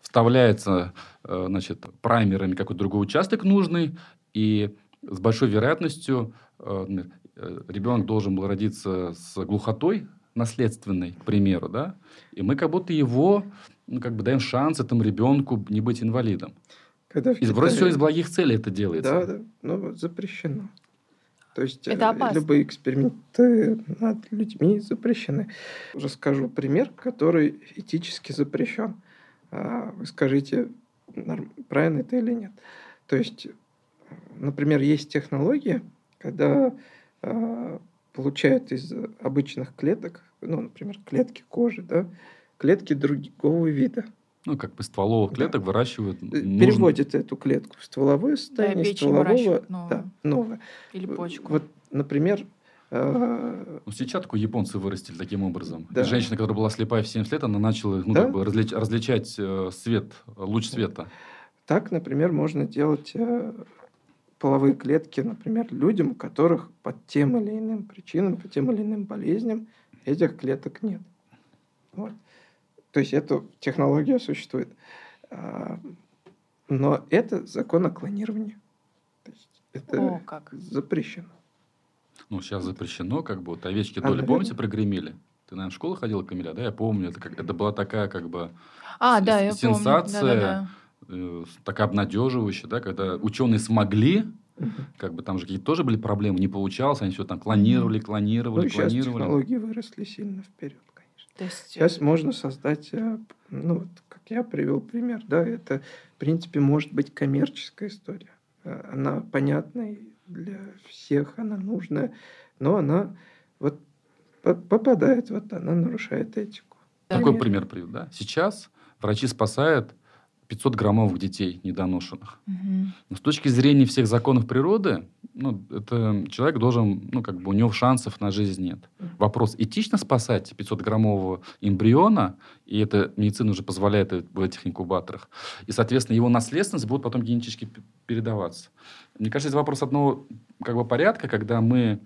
вставляется, э, значит, праймерами какой-то другой участок нужный, и с большой вероятностью э, н- э, ребенок должен был родиться с глухотой наследственной, к примеру, да, и мы как будто его, ну, как бы даем шанс этому ребенку не быть инвалидом.
Когда в
И вроде все
Китае-
из благих целей это делается.
Да, да. Но вот запрещено. То есть э,
Это опасно.
любые эксперименты над людьми запрещены. Расскажу пример, который этически запрещен. А, Вы скажите, норм- правильно это или нет. То есть, например, есть технология, когда а, получают из обычных клеток, ну, например, клетки кожи, да, клетки другого вида.
Ну, как бы стволовых
Да.
клеток выращивают.
Э,
нужно-
Переводят эту клетку в стволовое состояние,
печень
стволового,
выращивают новую.
да, новое.
Или почку.
Вот, например, э,
Ну, сетчатку японцы вырастили таким образом.
Да.
И женщина, которая была слепая в 70 лет, она начала ну,
Да?
как бы различ- различать э, свет, э, луч света.
так, например, можно делать э, половые клетки, например, людям, у которых по тем или иным причинам, по тем или иным болезням этих клеток нет. Вот. То есть эта технология существует. А, Но это закон о клонировании. То есть
э,
это
О, как.
запрещено.
Ну, сейчас запрещено, как бы. Вот овечки
А,
доли,
наверное.
помните, прогремели? Ты, наверное, в школу ходила, Камиля, да? Я помню. Это, как- это была такая, как бы,
А,
с-
да,
с-
я помню.
сенсация.
Да-да-да.
э, такая обнадеживающая, да? Когда ученые смогли,
Мгм.
как бы, там же какие-то тоже были проблемы, не получалось, они все там клонировали,
Ну,
клонировали,
сейчас
клонировали.
технологии выросли сильно вперед, конечно.
То есть, э,
Сейчас можно создать, э, ну, вот как я привел пример, да, это, в принципе, может быть коммерческая история. Э, Она понятная для всех, она нужная, но она вот по- попадает, вот она нарушает этику.
Да.
Такой
Нет.
пример приведу, да? Сейчас врачи спасают 500 граммовых детей недоношенных.
Мгм.
Но с точки зрения всех законов природы, ну, это человек должен, ну, как бы у него шансов на жизнь нет.
Мгм.
Вопрос, этично спасать 500-граммового эмбриона, и это медицина уже позволяет это в этих инкубаторах, и, соответственно, его наследственность будет потом генетически п- передаваться. Мне кажется, это вопрос одного как бы порядка, когда мы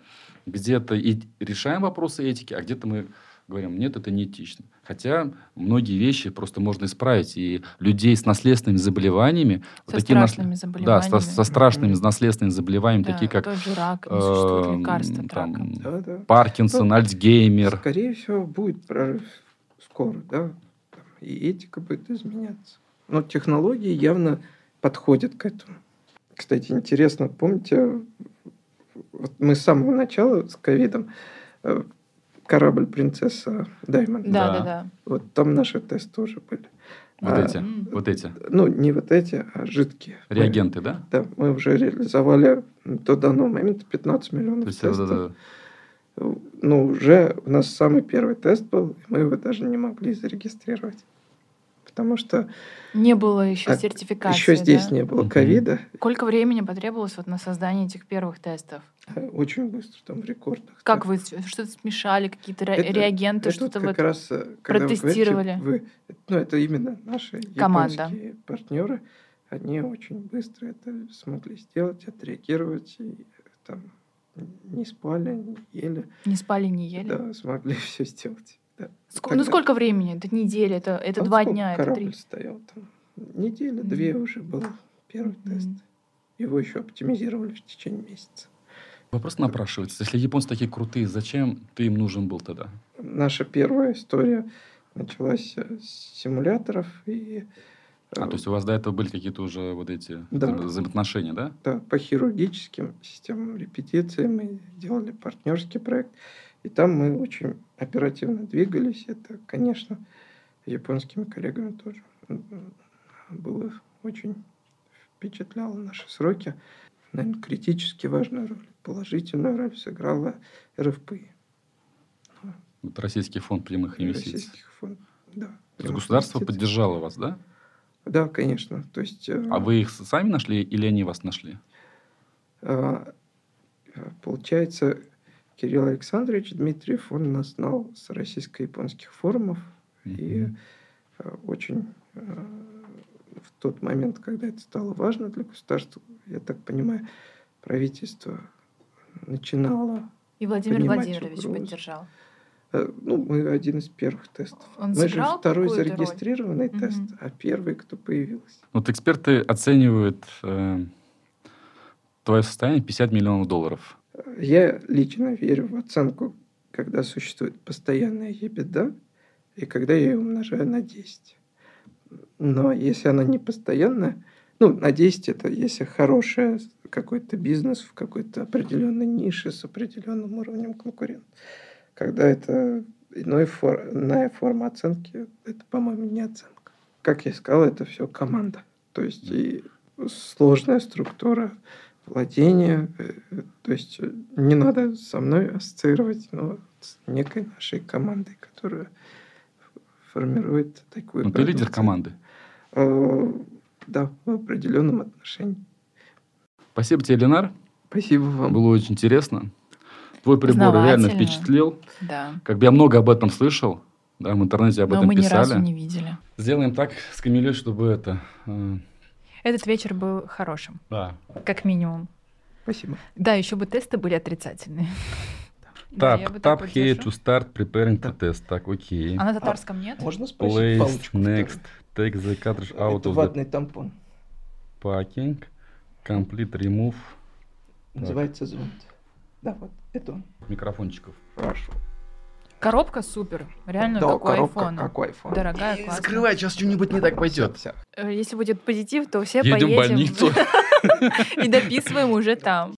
где-то и решаем вопросы этики, а где-то мы говорим, нет, это неэтично. Хотя многие вещи просто можно исправить. И людей с наследственными заболеваниями... вот
Со
такие нас-
страшными
да, со,
заболеваниями.
со страшными наследственными заболеваниями,
Да,
такие как
тот же рак, не
э,
существует лекарства от
там,
рака.
Да, да.
Паркинсон,
Ну,
Альцгеймер.
Скорее всего, будет прорыв скоро, да. Там и этика будет изменяться. Но технологии явно подходят к этому. Кстати, интересно, помните, вот мы с самого начала с ковидом э, корабль «Принцесса Даймонд».
Да,
Да.
да, да.
Вот там наши тесты тоже были.
Вот
А,
эти,
М.
вот эти
Ну, не вот эти, а жидкие.
реагенты, да?
Да, мы уже реализовали до данного момента 15 миллионов
То есть, э, да,
тестов.
да, да.
Ну, уже у нас самый первый тест был, и мы его даже не могли зарегистрировать. Потому что
Не было еще
А,
сертификации.
еще здесь
да?
не было
Мгм.
ковида.
Сколько времени потребовалось вот на создание этих первых тестов?
э, Очень быстро, там в рекордах.
Как
Э,
вы с- что-то смешали, какие-то ре-
Это-
реагенты,
Это вот
что-то
как
вот...
раз, э, когда вы говорите,
протестировали?
вы- ну, это именно наши
Команда.
японские партнеры. Они очень быстро это смогли сделать, отреагировать. И там не спали, не ели.
Не спали, не ели?
Да, смогли все сделать. Да.
Ск- Ну
Тогда-
сколько времени? Это неделя, это, это
Там
два
А сколько
дня, это
корабль
три.
стоял там? Неделя, две
Мгм.
уже был первый тест.
Мгм.
Его еще оптимизировали в течение месяца.
Вопрос напрашивается. Если японцы такие крутые, зачем ты им нужен был тогда?
Наша первая история началась э, с симуляторов и
А,
э,
то есть у вас до этого были какие-то уже вот эти
Да.
взаимо- взаимоотношения, да?
да, по хирургическим системам репетиции мы делали партнерский проект. И там мы очень оперативно двигались. Это, конечно, японскими коллегами тоже м, было очень впечатляло наши сроки. Наверное, критически важную роль, положительную роль сыграла РФПИ,
Вот Российский фонд прямых инвестиций.
Российский фонд. Да,
То есть государство
инвестиций.
поддержало вас, да?
Да, конечно. То есть, э,
А вы их с- сами нашли или они вас нашли?
А, э, Получается, Кирилл Александрович Дмитриев, он нас знал с российско-японских форумов. И
Мгм.
э, очень э, в тот момент, когда это стало важно для государства, я так понимаю, правительство начинало...
И Владимир
понимать
Владимирович
угрозу.
поддержал.
э, Ну, мы один из первых тестов.
Он
мы Ну, же
сыграл
второй
какую-то роль?
зарегистрированный
Мгм.
тест, а первый, кто появился.
Вот эксперты оценивают э, твое состояние 50 миллионов долларов.
Я лично верю в оценку, когда существует постоянная ебеда, и когда я ее умножаю на 10. Но если она не постоянная, ну, на 10 это если хорошая какой-то бизнес в какой-то определенной нише с определенным уровнем конкурентов. Когда это иной фор- иная форма оценки, это, по-моему, не оценка. Как я сказал, это все команда. То есть и сложная структура владения, э, э, то есть э, не надо со мной ассоциировать, но с некой нашей командой, которая ф- формирует такую...
Ну, ты лидер
продукцию.
команды.
Э, Да, в определенном отношении.
Спасибо тебе, Ленар.
Спасибо вам.
Было очень интересно. Твой прибор реально
Познавательно.
впечатлил.
Да.
Как бы я много об этом слышал, да, в интернете об
Но
этом
мы ни разу
писали.
не видели.
Сделаем так с Камилей, чтобы это... э,
Этот вечер был хорошим,
да.
как минимум.
Спасибо.
Да, еще бы тесты были отрицательные. Да, я бы
Tap,
так
tap
вот
here
держу.
to start preparing the test. Так, окей.
А на татарском нет?
Можно спросить
Place
палочку?
next. Take the cartridge out
Это
of the
ватный тампон.
packing. Complete remove
Называется зонт. Да, вот, это он.
микрофончиков.
Хорошо.
Коробка супер. Реально,
да,
как у
коробка,
айфона.
как у айфона.
Дорогая, классная.
сейчас что-нибудь не
Всё, всё.
Э, Если будет позитив, то все
Едем в
поедем
больницу.
и дописываем уже там.